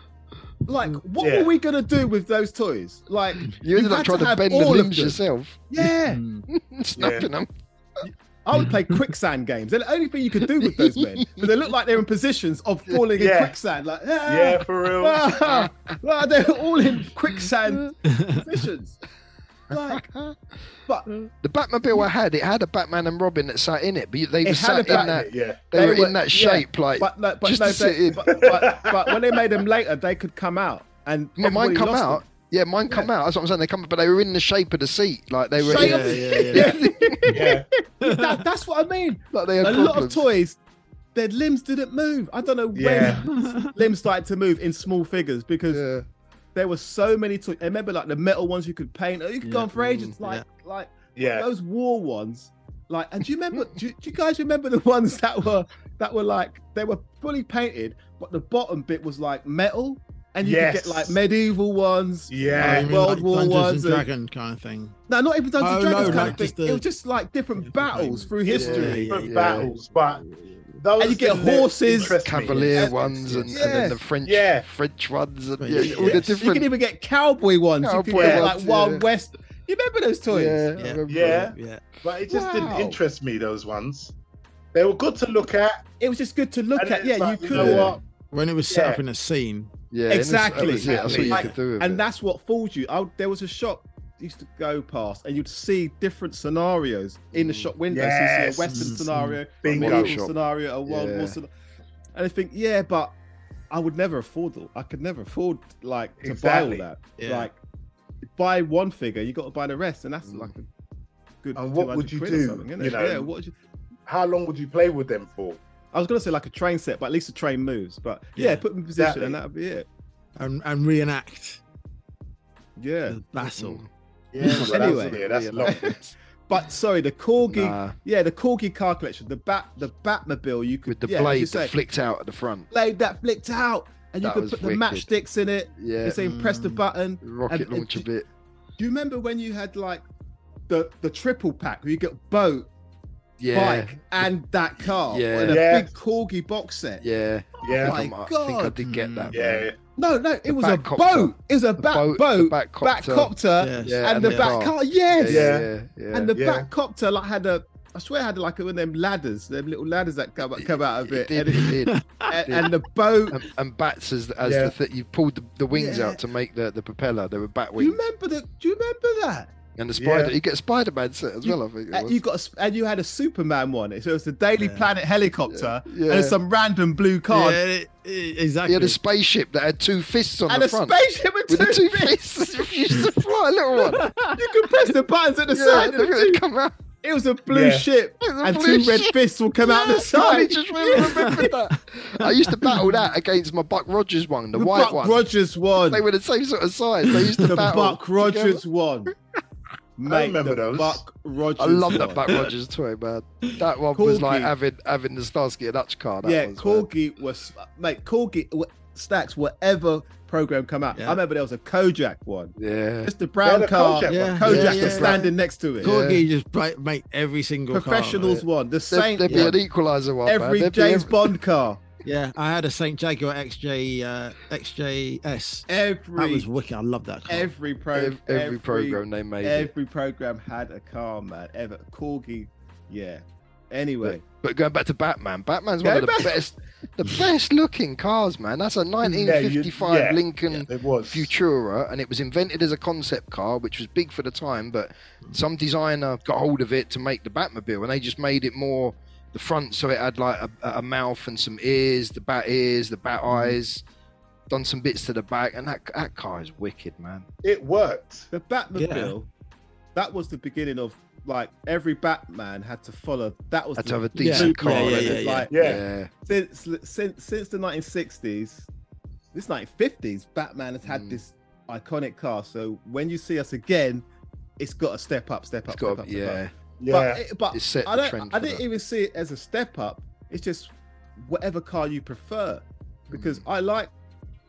B: Like, what
E: Yeah.
B: were we gonna do with those toys? Like,
C: You ended
B: You
C: up
B: had
C: trying
B: to
C: to
B: have
C: bend the
B: all of
C: limbs
B: them.
C: yourself,
B: yeah,
D: Mm.
C: snapping them.
B: I would play quicksand games. They're the only thing you could do with those men, but they look like they're in positions of falling
E: Yeah.
B: in quicksand. Like, ah,
E: Yeah, for real.
B: ah, ah, they're all in quicksand positions. Like, but
C: The Batmobile I had, it had a Batman and Robin that sat in it, but they
B: It
C: were
B: had
C: sat
B: a
C: in
B: Batman.
C: that.
E: yeah.
C: They,
B: They
C: were,
B: were-
C: in that
B: yeah,
C: shape, like
B: but no, but
C: just
B: no,
C: to sit
B: they,
C: in.
B: but, but, but when they made them later, they could come out and
C: M- mine
B: everybody
C: come
B: lost
C: out.
B: them.
C: Yeah, mine come out. That's what I'm saying. They come, but they were in the shape of the seat, like they were.
B: Shape
D: yeah,
B: of
C: yeah.
D: yeah, yeah.
E: Yeah.
B: That- that's what I mean.
C: Like they
B: A
C: had
B: lot of
C: problems.
B: toys, their limbs didn't move. I don't know
E: Yeah.
B: when limbs started to move in small figures because
C: Yeah.
B: there were so many toys. I remember like the metal ones you could paint. Oh, You could go
D: Yeah.
B: on for ages.
D: Mm,
B: Like like
E: Yeah.
B: those war ones. Like and do you remember? do, you, do you guys remember the ones that were that were like they were fully painted, but the bottom bit was like metal, and you could
E: Yes.
B: get like medieval ones.
D: Oh,
E: Yeah.
D: you mean
B: World
D: like
B: War
D: Dungeons
B: Ones
D: and
B: and-
D: Dragon kind of thing.
B: No, not even Dungeons
D: Oh,
B: and Dragons
D: no,
B: kind
D: like,
B: of thing.
D: just the-
B: it was just like different
D: Different
B: battles
D: thing.
B: through history.
E: Different
C: yeah.
E: battles, but those
B: And you get
E: didn't
B: horses,
E: interest me.
C: Cavalier
B: Yeah.
C: ones and, and
B: Yeah.
C: then the French
E: Yeah.
C: French ones and
D: Yeah.
C: yeah, all the
E: You
B: You can
C: different.
B: even get cowboy ones. you
C: Cowboy
B: can get
C: ones,
B: like Wild
C: yeah.
B: West. You remember those toys?
C: Yeah, I
D: Yeah.
C: remember
E: Yeah.
C: that.
D: Yeah,
E: But it just
B: Wow.
E: didn't interest me. Those ones. They were good to look at.
B: It was just good to look
E: And
B: at.
E: it's
B: Yeah,
E: like,
B: you
E: you
B: could.
E: know what?
D: when it was set
E: Yeah.
D: up in a scene.
C: yeah, and that's-
B: Exactly.
C: That was it. That's what you
B: Like,
C: could do. With it.
B: and that's what fooled you. I, there was a shop I used to go past, and you'd see different scenarios in the
C: Mm.
B: shop window. So you
E: Yes. Mm-hmm.
B: see a Western
D: Mm,
B: scenario, a
E: Bingo.
B: medieval
C: Shop.
B: scenario, a World
C: Yeah.
B: War scenario, and I think, yeah, but I would never afford. all- I could never afford like to
E: Exactly.
B: buy all that.
D: Yeah.
B: Like, buy one figure, you got to buy the rest, and that's
C: Mm.
B: like a good.
E: And what would
B: 200
E: you
B: quid
E: do,
B: Or something, innit?
E: you know?
B: Yeah, what would you?
E: How long would you play with them for?
B: I was gonna say like a train set, but at least the train moves. But yeah,
D: Yeah.
B: put them in position,
E: Exactly.
B: and that'd be it.
D: and and reenact
B: Yeah.
D: the battle.
C: Mm-hmm.
E: Yeah. well, that's-
B: Anyway.
E: yeah, that's long.
B: But sorry, the corgi.
C: Nah,
B: Yeah, the corgi car collection, the bat, the Batmobile. You could
C: with the
B: yeah, as you
C: blade
B: say,
C: that flicked out at the front.
B: blade that flicked out, and you
C: That
B: could
C: was
B: put the
C: wicked.
B: matchsticks in it.
C: Yeah,
B: You say press the
D: Mm.
B: button.
C: rocket
B: and-
C: launcher
B: and-
C: bit.
B: Do you remember when you had like the the triple pack? Where you got boat,
C: Yeah,
B: bike, and that car
C: Yeah.
B: in a
E: Yeah.
B: big corgi box set.
C: yeah.
E: Yeah.
C: I think,
B: Oh My
C: I'm- I, think I
B: God.
C: did get that. man.
E: Yeah.
B: No, no, it
C: The
B: was a
C: Batcopter.
B: boat. It was a
C: The
B: bat boat,
C: the
B: back
C: back
B: copter,
D: Yes.
C: Uh, Yeah,
B: and, the, back car. Yes.
C: Yeah, yeah.
E: Yeah.
C: yeah.
B: And the
E: Yeah.
B: back copter like had a. I swear, it had like one of them ladders, them little ladders that come, come out of it,
C: did,
B: and, it-
C: it did.
B: and,
C: did.
B: and the boat.
C: And, and bats as, as
E: Yeah.
C: the th- you pulled the, the wings
B: Yeah.
C: out to make the, the propeller. There were bat
B: Do you
C: wings
B: remember the? Do you remember that?
C: and the
E: Yeah.
C: spider. You get Spider Man set as
B: You-
C: well. I think it
B: And
C: was.
B: you got a s and you had a Superman one. So it was the Daily
D: Yeah.
B: Planet helicopter
C: yeah.
B: and some random blue
D: Yeah,
B: card
D: it- it-
C: He
D: exactly.
C: had a spaceship that had two fists on
B: and
C: the
B: a
C: front.
B: spaceship with,
C: with the
B: two
C: two
B: fins.
C: fists, it refused to fly. A little one.
B: you could press the buttons at the
C: Yeah,
B: side. And
C: look
B: the
C: at it
B: two,
C: come out.
B: It was a blue
E: Yeah.
B: ship, and two red fists will come out the
C: I
B: side.
C: just really remembered that. I used to battle that against my Buck Rogers one, the,
B: The
C: white
B: Buck
C: one.
B: Rogers one.
C: They were the same sort of size. They used to
B: the
C: battle.
B: Buck
C: together.
B: Rogers one. Mate,
E: remember
B: the
E: those.
B: Buck Rogers.
C: I love
B: one.
C: that Buck Rogers toy, man. That one was like
B: Corgi.
C: having having the Starsky and Hutch car. That
B: yeah,
C: was, man.
B: Corgi was mate. Corgi wh- stacks whatever program come out.
D: Yeah.
B: I remember there was a Kojak one.
C: Yeah.
B: Just the
E: Yeah,
B: brown
E: the
B: car.
E: Kojak
B: Kojak,
E: one.
D: Yeah.
B: was
D: yeah.
B: standing next to it.
C: Cool.
D: Corgi just break, make every single car,
B: Professionals one. The
C: There'd,
B: Saint
C: there'd be
B: one.
C: an equalizer one.
B: every
C: man. There'd be
B: James
C: every-
B: Bond car.
D: mate. Yeah, I had a Saint Jaguar XJ uh, XJS. That
B: Every
D: was wicked. I love that car.
B: every pro
C: ev- every, program they made. it.
B: Every program had a car, man. Ever Corgi, yeah. Anyway,
C: But going back to Batman, Batman's one
B: Yeah,
C: of the
B: Batman-
C: best, the best looking cars, man. That's a 1955
E: yeah,
C: Lincoln
E: It was
C: Futura, and it was invented as a concept car, which was big for the time. But some designer got hold of it to make the Batmobile, and they just made it more the front, so it had like a, a mouth and some ears, the bat ears, the bat
B: Mm-hmm.
C: eyes. Done some bits to the back, and that that car is wicked, man.
E: It worked.
B: the Batmobile. That was the beginning of like every Batman had to follow. That was
C: Had
B: the
C: to have a
D: Yeah.
C: decent
B: blueprint,
C: car.
D: Yeah, yeah,
B: and
C: in it.
D: yeah,
B: it's
D: yeah.
B: Like,
E: Yeah.
C: yeah.
B: since since since the 1960s this 1950s batman has had
C: Mm.
B: this iconic car so when you see us again it's got to step up step
C: It's
B: up
C: got,
B: step up, step
C: yeah.
E: Yeah,
B: Up. but, it, but
C: It set
B: i
C: the
B: don't
C: trend
B: i
C: for
B: didn't
C: that.
B: even see it as a step up it's just whatever car you prefer because
C: Hmm.
B: i like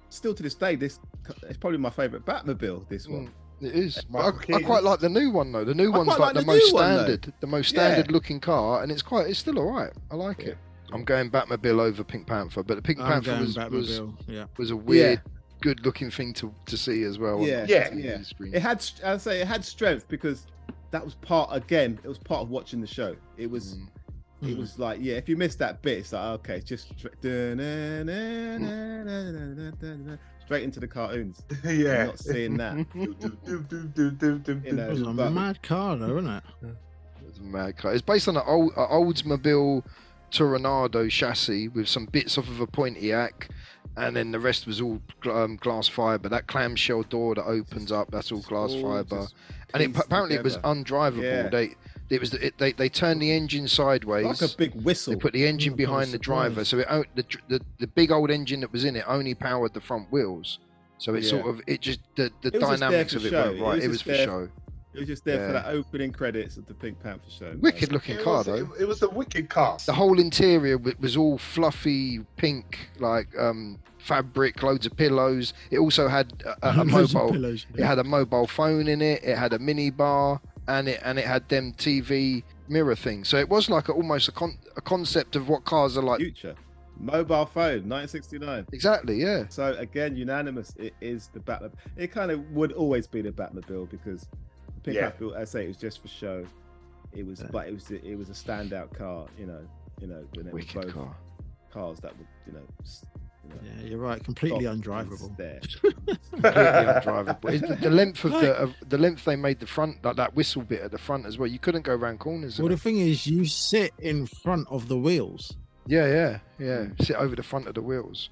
B: still to this day this it's probably my favorite batmobile this one
C: Mm. It is. I,
E: Michael
C: I
E: Keaton.
C: quite like the new one though. The new
B: I
C: one's
B: quite like
C: like, the,
B: the
C: most
B: new one, though.
C: standard, the most
B: Yeah.
C: standard looking car, and it's quite, it's still alright. I like it. I'm going Batmobile over Pink Panther, but the Pink
D: I'm
C: Panther
D: going
C: was, was
D: Batmobile. Yeah.
C: was a weird, good looking thing to, to see as well. on
B: Yeah.
C: the
E: Yeah.
C: TV
B: Yeah.
C: screen.
B: it had st- i say it had strength because that was part again it was part of watching the show it was
C: Mm.
B: it was like yeah if you missed that bit it's like okay just straight, straight into the cartoons You're
E: yeah.
B: not seeing that
E: Do, do, do, do, do, do, do,
B: You know.
D: It was a
B: But-
D: mad car, though, wasn't it?
C: It's a mad car. It's based on an old a Oldsmobile Toronado chassis with some bits off of a Pontiac, and then the rest was all gl- um, glass fiber. That clamshell door that opens up, that's all
B: It's
C: glass
B: all
C: fiber.
B: just
C: And it,
B: pieced
C: apparently it was
B: together.
C: undrivable.
B: Yeah.
C: They it was it, they they turned the engine sideways.
B: like a big
C: they
B: whistle
C: put the engine
D: Mm, I was
C: behind the driver,
D: surprised.
C: so it o- the, dr- the the big old engine that was in it only powered the front wheels. So it
B: Yeah.
C: sort of it just the, the
B: It was just there
C: dynamics
B: for
C: of it
B: show.
C: weren't right. It was,
B: just
C: for
B: there-
C: show.
B: it was just there
C: Yeah.
B: for that opening credits of the pink panther show man.
C: Wicked looking
E: It
C: car
E: was,
C: though.
E: it, it was a wicked car.
C: the whole interior w- was all fluffy pink like um fabric loads of pillows it also had a, a, a
D: Loads of
C: mobile
D: pillows.
C: it had a mobile phone in it it had a mini bar and it and it had them tv mirror things so it was like a, almost a, con- a concept of what cars are like
B: future mobile phone 1969
C: exactly yeah
B: so again unanimous it is the batmobile it kind of would always be the batmobile because the pink
E: Yeah.
B: panther as i say it was just for show it was
D: Yeah.
B: but it was it was a standout car you know you know when it was
C: wicked
B: both
C: car
B: cars that would you know, s- you know
D: Yeah, you're right. Completely
B: stop
C: Oh,
B: and
D: undrivable.
B: stare.
C: completely undrivable It's the- the length of the of the length they made the front like that whistle bit at the front as well you couldn't go around corners in
D: Well,
C: it.
D: the thing is, you sit in front of the wheels.
C: Yeah, yeah, yeah. Sit over the front of the wheels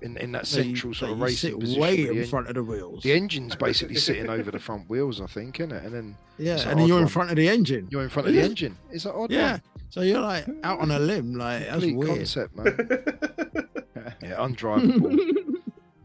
C: in in that
D: So you-
C: central sort
D: so
C: of
D: you
C: racing
D: sit
C: position. with
D: way
C: the,
D: in
C: en-
D: front of the wheels.
C: the engine's basically sitting over the front wheels, I think, isn't it? And then
D: yeah,
C: it's a
D: and then
C: hard
D: you're in
C: one.
D: front of the engine.
C: you're in front of the
D: Yeah.
C: engine. It's an odd
D: Yeah,
C: one.
D: so you're like out on a limb. Like that's
C: Complete
D: weird.
C: concept, man. Yeah, undrivable.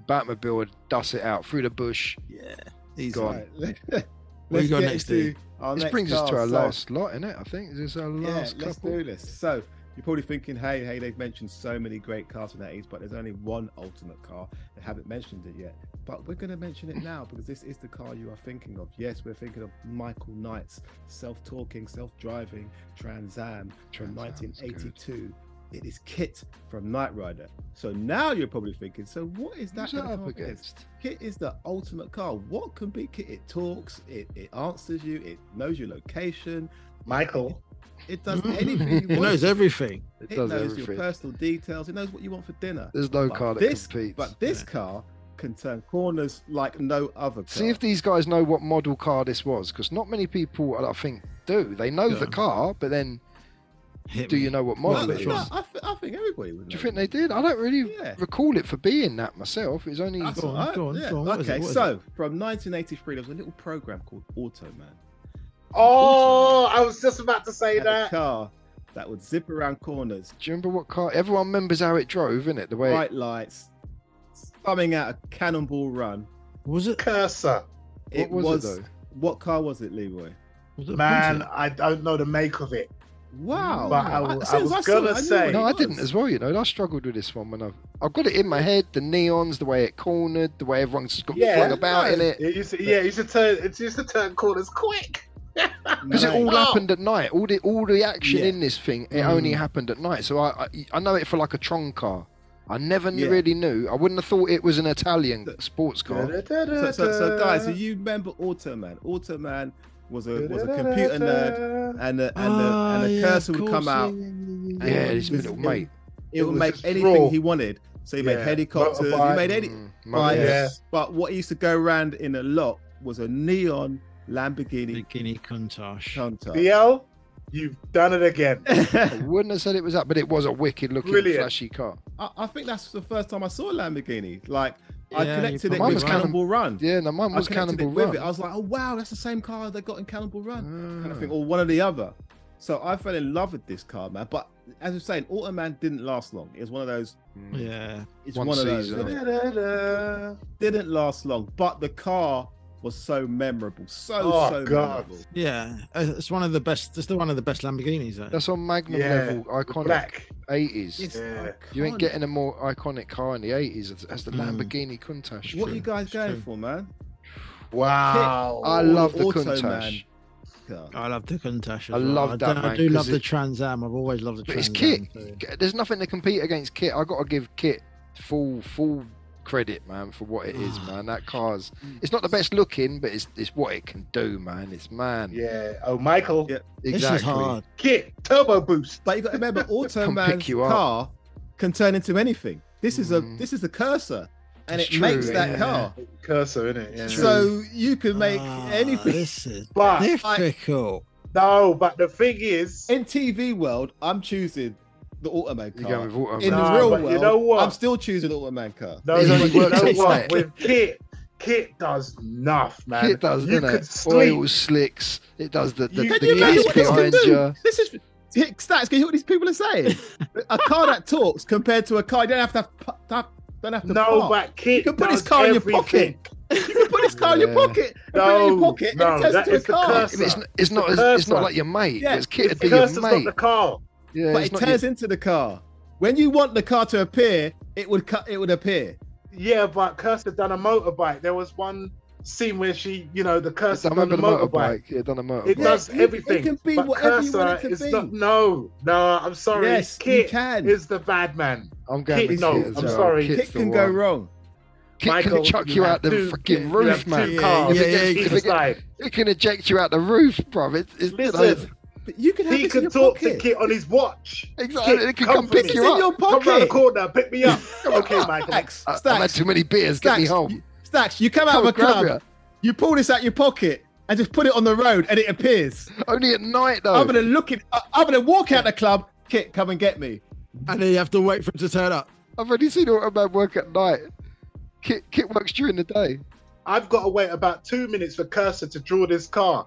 C: Batmobile would dust it out through the bush.
D: yeah, he's
C: Go on.
B: Right, let-
D: What you got
B: get
D: next,
B: into
D: Steve?
B: our
C: this
B: next
C: brings us to
B: car.
C: our
B: So,
C: last lot, innit? I think this is our
B: yeah,
C: last
B: let's
C: couple.
B: do this. So you're probably thinking, hey, hey, they've mentioned so many great cars from the 80s, but there's only one ultimate car. They haven't mentioned it yet. But we're going to mention it now because this is the car you are thinking of. Yes, we're thinking of Michael Knight's self-talking, self-driving Trans Am from
C: Trans Am's good.
B: 1982. It is Kit from Knight Rider. So now you're probably thinking, so what is that
C: Who's that
B: gonna come
C: up against?
B: Kit is the ultimate car. What can be Kit? It talks, it, it answers you, it knows your location,
E: Michael.
B: it does anything you
D: It
B: want.
D: knows everything.
C: It
B: It
C: does
B: knows
C: everything.
B: your personal details, it knows what you want for dinner.
C: There's no
B: But
C: car that
B: this-
C: competes.
B: But this
D: Yeah.
B: car can turn corners like no other car.
C: See if these guys know what model car this was, because not many people, I think, do. They know the
D: Yeah.
C: car, but then
D: Hit
C: do
D: me.
C: you know what
B: well,
C: model
B: no,
C: it
B: no,
C: is?
B: I, th- I think everybody would.
C: Do you
B: know
C: think
B: that.
C: they did? I don't really
B: Yeah.
C: recall it for being that myself. It was only
B: That's
D: Go on,
B: all right,
D: go on,
B: yeah.
D: go on, what is it,
B: Okay,
D: what is
B: so from 1983, there was a little program called Automan.
E: Oh, I was just about to say
B: Had a
E: that.
B: car that would zip around corners,
C: Do you remember what car? Everyone remembers how it drove, innit? The way.
B: bright lights, thumbing out a cannonball run.
D: Was it?
E: Cursor.
C: What
B: It
C: was,
B: was,
C: it
B: what car was it, Leroy?
D: Was it
E: Man,
D: Punter?
E: I don't know the make of it.
B: Wow.
E: But I
B: I-
E: w-
B: as
E: I
B: soon as
E: was
B: saw it,
E: gonna
B: knew
E: say-
B: what
C: though?
B: it
C: No, I
B: was.
C: didn't as well. You know, I struggled with this one when I've I've got it in my head. The neons, the way it cornered, the way everyone's got flung about in it.
E: It used to, yeah, it used to turn. It used to turn corners quick.
C: Because it
B: Mate,
C: all
E: Oh.
C: happened at night. All the all the action
B: Yeah. Mm.
C: in this thing, it only happened at night. So I, I I know it for like a Tron car. I never kn-
B: Yeah.
C: really knew. I wouldn't have thought it was an Italian sports car.
B: So,
E: So,
B: so, so guys, so you remember Automan? Automan was a was a computer nerd, and the, and the, and the
D: Ah, yeah,
B: cursor
D: of
B: would come
D: course,
B: out.
D: yeah, yeah, yeah,
C: Yeah,
D: yeah.
C: this
B: was-
C: little
B: it-
C: mate.
B: It,
E: It
B: would
E: was
B: make
E: just
B: anything
E: raw.
B: he wanted. So he made
E: Yeah,
B: helicopters. He
E: motorbike.
B: made any
C: Mm,
B: bikes.
C: yeah.
E: Yeah.
B: But what used to go around in a lot was a neon Lamborghini
D: Bikini Kuntosh.
B: Countach.
E: Theo, you've done it again.
C: I wouldn't have said it was that, but it was a wicked looking,
E: Brilliant.
C: flashy car.
B: I, I think that's the first time I saw a Lamborghini. Like I
D: Yeah,
B: connected
D: you're
B: it
C: probably
B: with
C: right.
B: Cannonball Run.
C: Yeah, no, mine
B: I
C: was
B: connected
C: Cannonball
B: it with
C: Run.
B: it. I was like, oh wow, that's the same car they got in Cannonball Run. kind of thing,
C: Ah.
B: or one or the other. So I fell in love with this car, man. But as I'm saying, Automan didn't last long. It was one of those.
C: Mm.
D: Yeah.
B: It's
C: One
B: one, of those.
C: season.
B: isn't it?
E: Da-da-da.
B: Didn't last long, but the car was so memorable, so
E: Oh,
B: so
E: God.
B: memorable.
D: Yeah. Uh, It's one of the best. It's the one of the best Lamborghinis. Though.
C: Ah. That's on Magnum
E: Yeah,
C: level, iconic
E: Black.
C: 80s.
B: It's
E: Yeah.
C: You ain't
B: iconic.
C: getting a more iconic car in the 80s as, as the
D: Mm.
C: Lamborghini Countach.
B: What are
C: thing.
B: you guys
D: It's
B: going
D: true.
B: for, man?
E: Wow.
C: I love the
B: Auto
C: Countach.
B: Man. Car.
D: Oh, I love the Countach. As
C: I
D: well.
C: love that,
D: do, I
C: man,
D: do
C: 'cause
D: love the
C: it-
D: Trans Am. I've always loved the
C: But
D: Trans
C: it's
D: Am.
C: kit.
D: so-
C: K- There's nothing to compete against Kit. I got to give Kit full full credit, man, for what it is, man. That car's.
E: Mm.
C: It's not the best looking, but it's it's what it can do, man. It's man.
E: Yeah. Oh, Michael.
B: Yeah.
C: Exactly.
D: This is hard.
E: Kit, turbo boost.
B: But you got to remember, Auto
C: Come
B: Man's
C: pick you up.
B: car can turn into anything. This is a
C: Mm.
B: this is the cursor, and
C: It's
B: it makes
C: true,
B: that
C: yeah.
B: car.
E: Cursor, innit? Yeah.
B: So you can make
D: Ah,
B: anything.
D: This is
E: but
D: difficult.
E: no, but the thing is,
B: In TV world, I'm choosing the Automan
C: You're
B: car.
C: going with Auto
B: in
C: Man.
E: Nah,
B: the real
E: but you
B: world,
E: know what?
B: I'm still choosing Automan car.
E: no,
C: He's
E: you
C: only
E: you
C: worked
E: know
C: six
E: what?
C: nights.
E: With Kit, Kit does enough, man.
C: Kit does,
E: you
C: doesn't
E: could
C: it?
E: sleep.
C: Oil slicks. It does the the,
E: You-
C: the
B: Can you imagine
C: gas
B: what this can
C: behind
B: do?
C: you.
B: This is hit stats. Can you hear what these people are saying? a car that talks compared to a car you don't have to have, pu- to have don't have to.
E: no,
B: park.
E: but Kit.
B: You can put
E: does
B: his car in your
E: everything.
B: pocket. you can put this car in your
C: Yeah.
B: pocket. and put it in your
E: No,
B: pocket and
E: no,
B: it turns
E: that
B: into
E: is
B: a
E: the
B: car.
E: curse.
C: It's not, it's
E: The
C: not as, it's not
E: cursor.
C: like your mate.
B: Yeah,
C: Yeah, Kit would
E: The
C: be your
E: cursor's not
C: mate.
E: the car.
C: Yeah,
B: But
C: it's
B: it
C: not
B: turns
C: your-
B: into the car. When you want the car to appear, it would cut. It would appear.
E: Yeah, but Cursor done a motorbike. There was one scene where she, you know, the
C: it's
E: Cursor
C: done
E: done the
C: on a motorbike.
E: motorbike.
C: Yeah, done a motorbike.
E: It does
B: Yeah, you- it
E: everything.
B: can be
E: but
B: whatever you
E: Cursor
B: want it to
E: is
B: be.
E: Not, no, no, I'm sorry.
B: yes, you
E: Kit
B: can.
E: is the bad man.
C: I'm going
E: Kit,
C: with
E: no,
C: Kit as
E: I'm
C: well.
E: sorry.
C: Kit's
B: Kit
C: the
B: can go
C: one.
B: wrong.
C: Kit
E: Michael,
C: can chuck
E: you
C: you
E: have
C: out the
E: two-
C: fucking
E: you have
C: roof,
E: two
C: man.
E: cars.
C: If it
D: Yeah,
C: gets-
D: yeah,
C: if
E: Either
C: it gets-
E: side.
C: It can eject you out the roof, bruv. It's, it's you know,
E: Listen,
B: But you can have
E: he
B: this in
E: can
B: your
E: talk
B: pocket.
E: to Kit on his watch.
C: exactly.
E: Kit,
C: it can
E: come
C: come
E: for
C: pick
E: me.
B: it's
C: you
B: in
C: up.
B: your
E: Come round the
B: pocket.
E: corner, pick me up. okay, Michael. Uh,
B: Stacks,
C: I, I've had
B: stacks,
C: too many beers. Get me
B: Stacks,
C: home.
B: you- Stacks, you come out of
C: Come
B: a
C: and grab
B: club, you pull this out your pocket and just put it on the road and it appears.
C: you. Only at night though.
B: I'm gonna look in, I- I'm gonna walk out the club, Kit, come and get me.
D: And then you have to wait for it to turn up.
C: I've already seen Automan work at night. Kit, Kit works during the day.
E: I've got to wait about two minutes for Cursor to draw this car.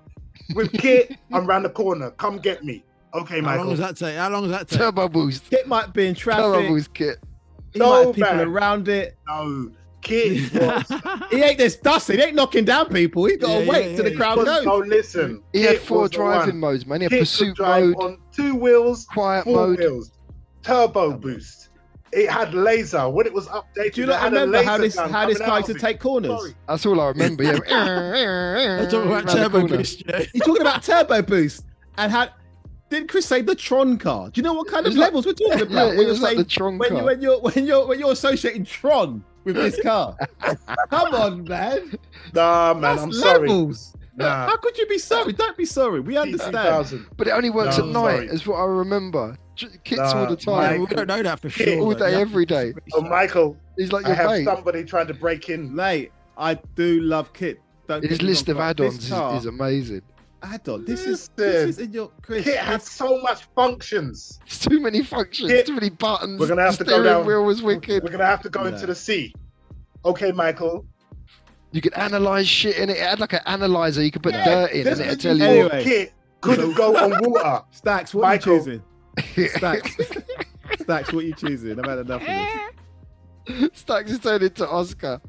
E: With Kit, I'm round the corner. Come get me. Okay,
D: How long
E: Michael.
D: does that take? How long does that take?
C: Turbo boost.
B: Kit might be in
C: Turbo
B: traffic,
C: boost Kit.
B: he might
E: No,
B: have people
E: man.
B: around it.
E: No, Kit was.
B: He ain't this dusty, he ain't knocking down people. He gotta
D: Yeah,
B: wait
D: yeah,
B: till the
D: yeah.
B: crowd
E: was-
B: goes.
E: no, listen.
C: He had
E: Kit
C: four
E: was the
C: driving
E: one.
C: modes, man. He had
E: Kit could
C: pursuit
E: drive
C: mode,
E: on two wheels,
C: quiet
E: four
C: mode.
E: wheels, turbo boost. It had laser. When it was updated,
B: Do you
E: it
B: not
E: had a
B: remember how
E: laser
B: this
E: gun
B: how this
E: coming
B: guy
E: out
B: used to
E: of it?
B: take corners?
E: Sorry.
C: That's all I remember. Yeah. I'm
D: I'm talking about turbo boost. yeah.
B: He's talking about turbo boost and how didn't Chris say the Tron car? Do you know what kind of
C: It was like-
B: levels we're talking
C: Yeah,
B: about?
C: it
B: when
C: was
B: you're
C: like
B: saying
C: the Tron
B: when you
C: car.
B: when you're when you're when you're associating Tron with this car. Come on, man.
E: Nah, man,
B: That's
E: I'm sorry.
B: levels.
E: Nah.
B: How could you be sorry? Don't be sorry. We understand.
E: 2000.
C: But it only works
E: No,
C: at
E: I'm
C: night,
E: sorry.
C: is what I remember. J- Kits all the
E: Nah,
D: Yeah,
C: time.
D: we
E: Michael.
D: don't know that for
E: Kit,
D: sure.
C: all
D: though.
C: day,
D: Yeah.
C: every day.
E: Oh, Michael,
C: He's like
E: I
C: your
E: have
C: mate.
E: somebody trying to break in.
B: Mate, I do love Kit. Don't
C: His
B: get me
C: list
B: wrong,
C: of
B: but
C: add-ons
B: this
C: is,
B: car-
C: is amazing.
B: add-on. This is this is in your Chris.
E: Kit had
B: this-
E: so much functions.
C: It's too many functions,
E: Yeah.
C: too many buttons.
E: We're gonna have
C: the
E: to go
C: steering
E: down-
C: wheel was
E: We're
C: wicked.
E: gonna have to go
B: No.
E: into the sea. Okay, Michael.
C: You could analyze shit in it. It had like an analyzer. You could put
E: Yeah,
C: dirt in, and
E: This
C: it'd
E: is
C: tell
E: the
C: you.
B: Anyway.
E: old kit couldn't go on water.
B: Stacks, what are you
E: Michael.
B: choosing? Stacks. Stacks, what are you choosing? I've had enough of this.
C: Stacks is turned into Oscar.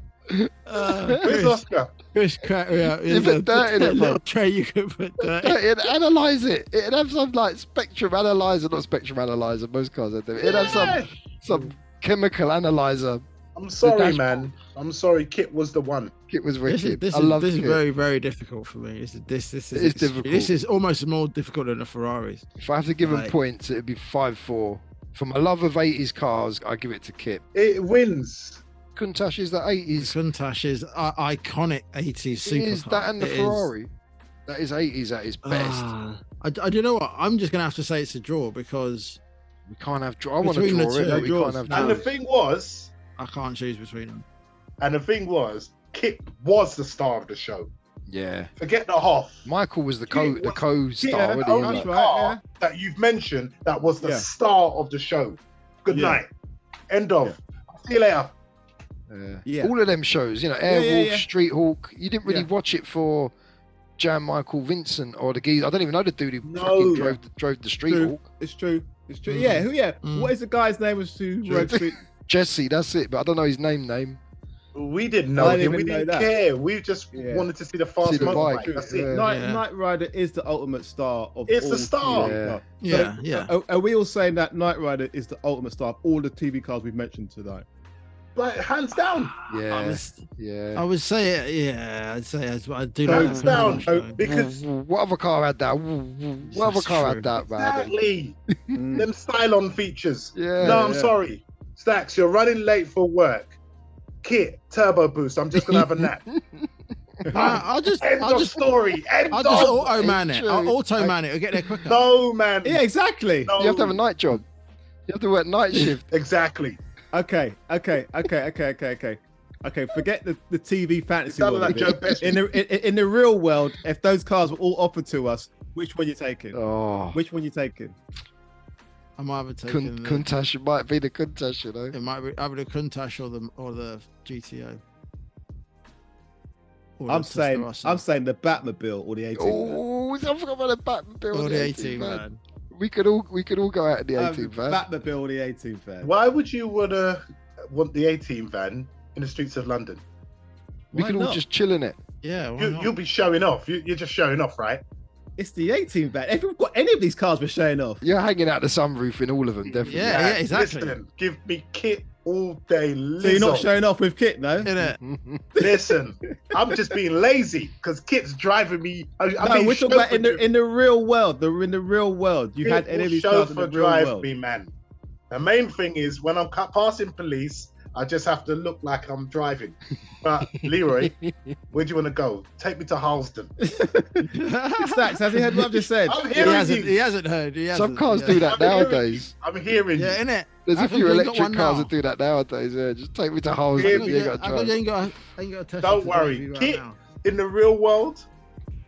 D: Uh,
E: Where's
D: Chris,
E: Oscar?
D: Chris crack me up.
C: You put dirt in it,
D: little
C: bro.
D: tray you could put dirt. in.
C: It'd analyze it. It'd have some like spectrum analyzer, not spectrum analyzer. Most cars had them. It'd have some some chemical analyzer.
E: I'm sorry,
D: dashboard.
E: man. I'm sorry. Kit was the one.
C: It was wicked.
D: This is, this
C: I
D: is,
C: love
D: this is
C: it.
D: very very difficult for me. This is this this is
C: It is
D: extreme-
C: difficult.
D: This is almost more difficult than the Ferraris.
C: If I have to give him
D: Right.
C: points, it'd be five four. For my love of '80s cars, I give it to Kip.
E: It wins.
C: Countach is the '80s.
D: Countach is i- iconic 80s
C: It
D: super.
C: is that and the Ferrari. That is '80s at its best.
D: Ah. I, I do you know what I'm just gonna have to say it's a draw because
C: we can't have. Draw. I want to
D: Between the
C: draw it.
D: two,
C: but We
D: yours.
C: can't have.
D: No.
E: And the
C: draws.
E: thing was,
D: I can't choose between them.
E: and the thing was, Kit was the star of the show.
C: Yeah,
E: Forget the half.
C: Michael was the co
E: Kit
C: the
E: was-
C: co
E: Yeah,
C: star.
E: the
B: wasn't
E: only
B: he?
E: car
B: Right,
E: that you've mentioned that was the
B: Yeah.
E: star of the show. Good
B: Yeah.
E: night. End of. See you later.
C: Yeah.
B: Yeah.
C: All of them shows, you know,
B: Yeah,
C: Airwolf,
B: yeah, yeah.
C: Street Hawk. You didn't really
B: Yeah.
C: watch it for Jan Michael Vincent or the geezer. I don't even know the dude who
E: No.
C: fucking drove the, drove the Street
B: True.
C: Hawk.
B: It's true. It's true.
D: Mm.
B: Yeah, who? Yeah.
D: Mm.
B: What is the guy's name? Was who
D: True.
B: wrote Street?
C: Jesse, that's it. But I don't know his name. Name.
E: We didn't
B: I
E: know
B: didn't
E: him. We
B: even know
E: didn't
B: that.
E: care. We just
B: Yeah.
E: wanted to see the fast
C: See the
E: motorbike.
C: bike.
E: That's
C: Yeah.
E: it.
B: Night
D: Yeah.
B: Night Rider is the ultimate star of.
E: It's
B: all
E: the star.
B: TV
C: Yeah.
B: cars.
D: Yeah, yeah.
B: Are, are we all saying that Night Rider is the ultimate star of all the TV cars we've mentioned tonight?
E: Like, hands down.
D: I,
C: Yeah,
D: was, I
C: yeah.
D: would say it. Yeah, I'd say as I do.
E: Hands
D: like
E: down.
D: Countach, though.
E: Because
C: what other car had that? What other
D: That's
C: car
D: true.
C: had that, man?
E: exactly
B: Mm.
E: them Stylon features.
C: Yeah.
E: no, I'm
B: yeah.
E: sorry. Stacks, you're running late for work. Kit, turbo boost. I'm just gonna have a nap.
D: Nah, I'll just,
E: End
D: I'll
E: of
D: just,
E: story. End
D: I'll just
E: of.
D: auto man it. I'll
C: True.
D: auto man it. I'll get there quicker.
E: No man.
B: Yeah, exactly.
E: No.
C: You have to have a night job. You have to work night shift.
E: Exactly.
B: Okay, okay, okay, okay, okay, okay. Okay, forget the, the TV
E: It
B: fantasy
E: sounded
B: world.
E: like
B: of
E: Joe
B: it.
E: Pesci.
B: in the in, in the real world, if those cars were all offered to us, which one you taking?
C: Oh,
B: Which one you taking?
D: I might have taken.
C: Kun-
D: the-
C: Kuntash might be the Kuntash, you know.
D: It might be either the Countach or the or the GTO. Or
B: I'm
D: the
B: saying
D: Testarossa.
B: I'm saying the Batmobile or the 18.
C: Oh, I forgot about the Batmobile.
D: or
C: on
D: the
C: 18,
D: 18 man.
C: We could all we could all go out in the
B: Um,
C: 18 van.
B: Batmobile or the 18 van.
E: Why would you wanna want the A team van in the streets of London?
C: we
B: Why
C: could all
B: not?
C: just chill in it.
D: Yeah, why
E: You,
D: not?
E: you'll be showing off. You, you're just showing off, right?
B: It's the 18 van. If we've got any of these cars, we're showing off.
C: You're hanging out the sunroof in all of them, definitely.
D: Yeah, yeah, exactly.
E: Listen, give me kit all day. Lizzo.
B: So you're not showing off with Kit, no?
D: In it.
E: Listen, I'm just being lazy because kit's driving me. I, I
B: no,
E: mean,
B: we're talking about in the in the real world. The in the real world, you had
E: People
B: any of these
E: show
B: cars in
E: for
B: the real
E: drive
B: world.
E: me, man. The main thing is when I'm cu- passing police, I just have to look like I'm driving. But Leroy, where do you want to go? Take me to Harlesden.
B: Stacks, has he heard what I've just said?
E: I'm
D: he
E: hearing
D: hasn't. He
E: you.
D: hasn't heard. He hasn't,
C: Some cars
D: yeah.
C: do that
E: I'm hearing you.
C: nowadays.
E: I'm hearing
D: Yeah,
E: you.
D: in it.
C: There's
D: I
C: a
D: think
C: few
D: we've got
C: electric
D: one
C: cars
D: now.
C: that do that nowadays. Yeah, just take me to Harlem.
E: Yeah,
C: Yeah,
E: but
C: you ain't got to drive.
D: ain't got. I ain't got a test.
E: Don't
D: to
E: worry,
D: drive you
E: kid.
D: now.
E: In the real world,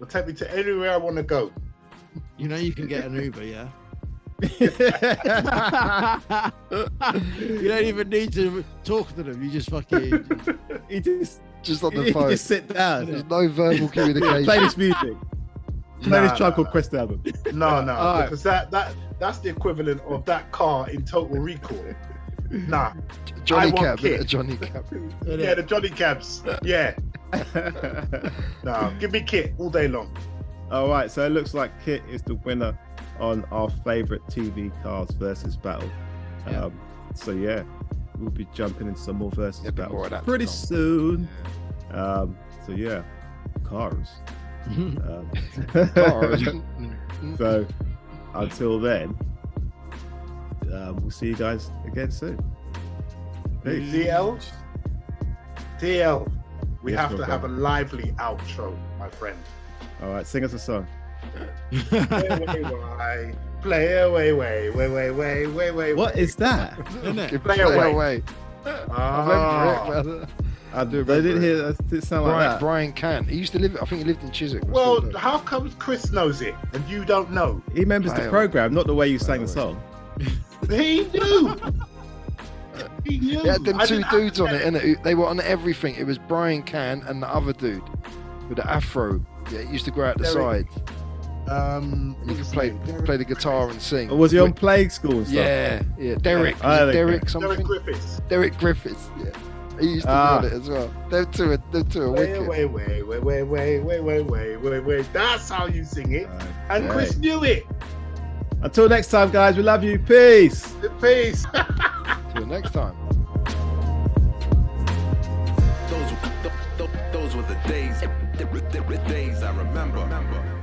E: will take me to anywhere I want to go.
D: You know you can get an Uber, yeah. you don't even need to talk to them. You just fucking.
B: he just
C: Just on
B: he
C: the phone.
B: just sit down.
C: There's no verbal
B: Play
C: communication.
B: this music. Play
E: Nah,
B: this track
E: nah,
B: called Quest album.
E: No, no,
B: All right.
E: because that that that's the equivalent of that car in Total Recall. Nah, I
C: Johnny
E: want
C: Cab.
E: kid.
C: Johnny Cab.
D: innit?
E: yeah, the Johnny Cabs. Yeah, no, give me kit all day long.
B: All right, so it looks like Kit is the winner on our favorite TV cars versus battle.
D: Yeah.
B: Um, so yeah, we'll be jumping into some more versus
C: Yeah, a bit more
B: battles
C: of that to
B: pretty
C: come.
B: soon. Um, so yeah, cars. Um,
C: Cars.
B: so until then, um, we'll see you guys again soon. Peace.
E: DL, DL, we
B: Yes,
E: have
B: my
E: to have a lively outro, my friend.
B: All right, sing us a song.
E: Way, way, way. Play away, way, way, way, way, way, way.
B: What
E: way.
B: is that?
C: Fucking
E: Play
C: Play
E: away.
C: away.
E: Ah.
C: I remember it, brother.
B: I,
C: do
B: I didn't
C: remember
B: hear. That didn't sound like
C: Brian,
B: that.
C: Brian Cant. He used to live. I think he lived in Chiswick. or
E: Well,
C: something.
E: how comes Chris knows it and you don't know?
B: He remembers
C: Play
B: the
C: on.
B: program, not the way you sang the
C: Play
B: song.
E: He knew. beat you.
C: It had them
E: I
C: two
E: didn't-
C: dudes on it, innit? They were on everything. It was Brian Can and the other dude with the afro. Yeah, it used to go out the
E: Derek.
C: side.
E: Um,
C: And you
E: what's
C: could
E: his
C: play
E: name?
C: play the guitar and sing.
B: Or was he on Plague School and stuff?
C: Yeah, yeah. Derek.
B: I
C: was it
B: think
C: Derek
E: Derek
C: something?
E: Griffiths.
C: Derek Griffiths. Yeah. He used to
B: Ah.
C: be on it as well. Them two are, them two are
E: Wait,
C: wicked.
E: wait, wait, wait, wait, wait, wait, wait, wait, wait, wait. That's how you sing it.
B: Uh,
E: And
B: Okay.
E: Chris knew it.
B: Until next time, guys, we love you. Peace.
E: Peace.
C: Till next time.
F: Those, th- th- those were the days, th- th- th- days I remember.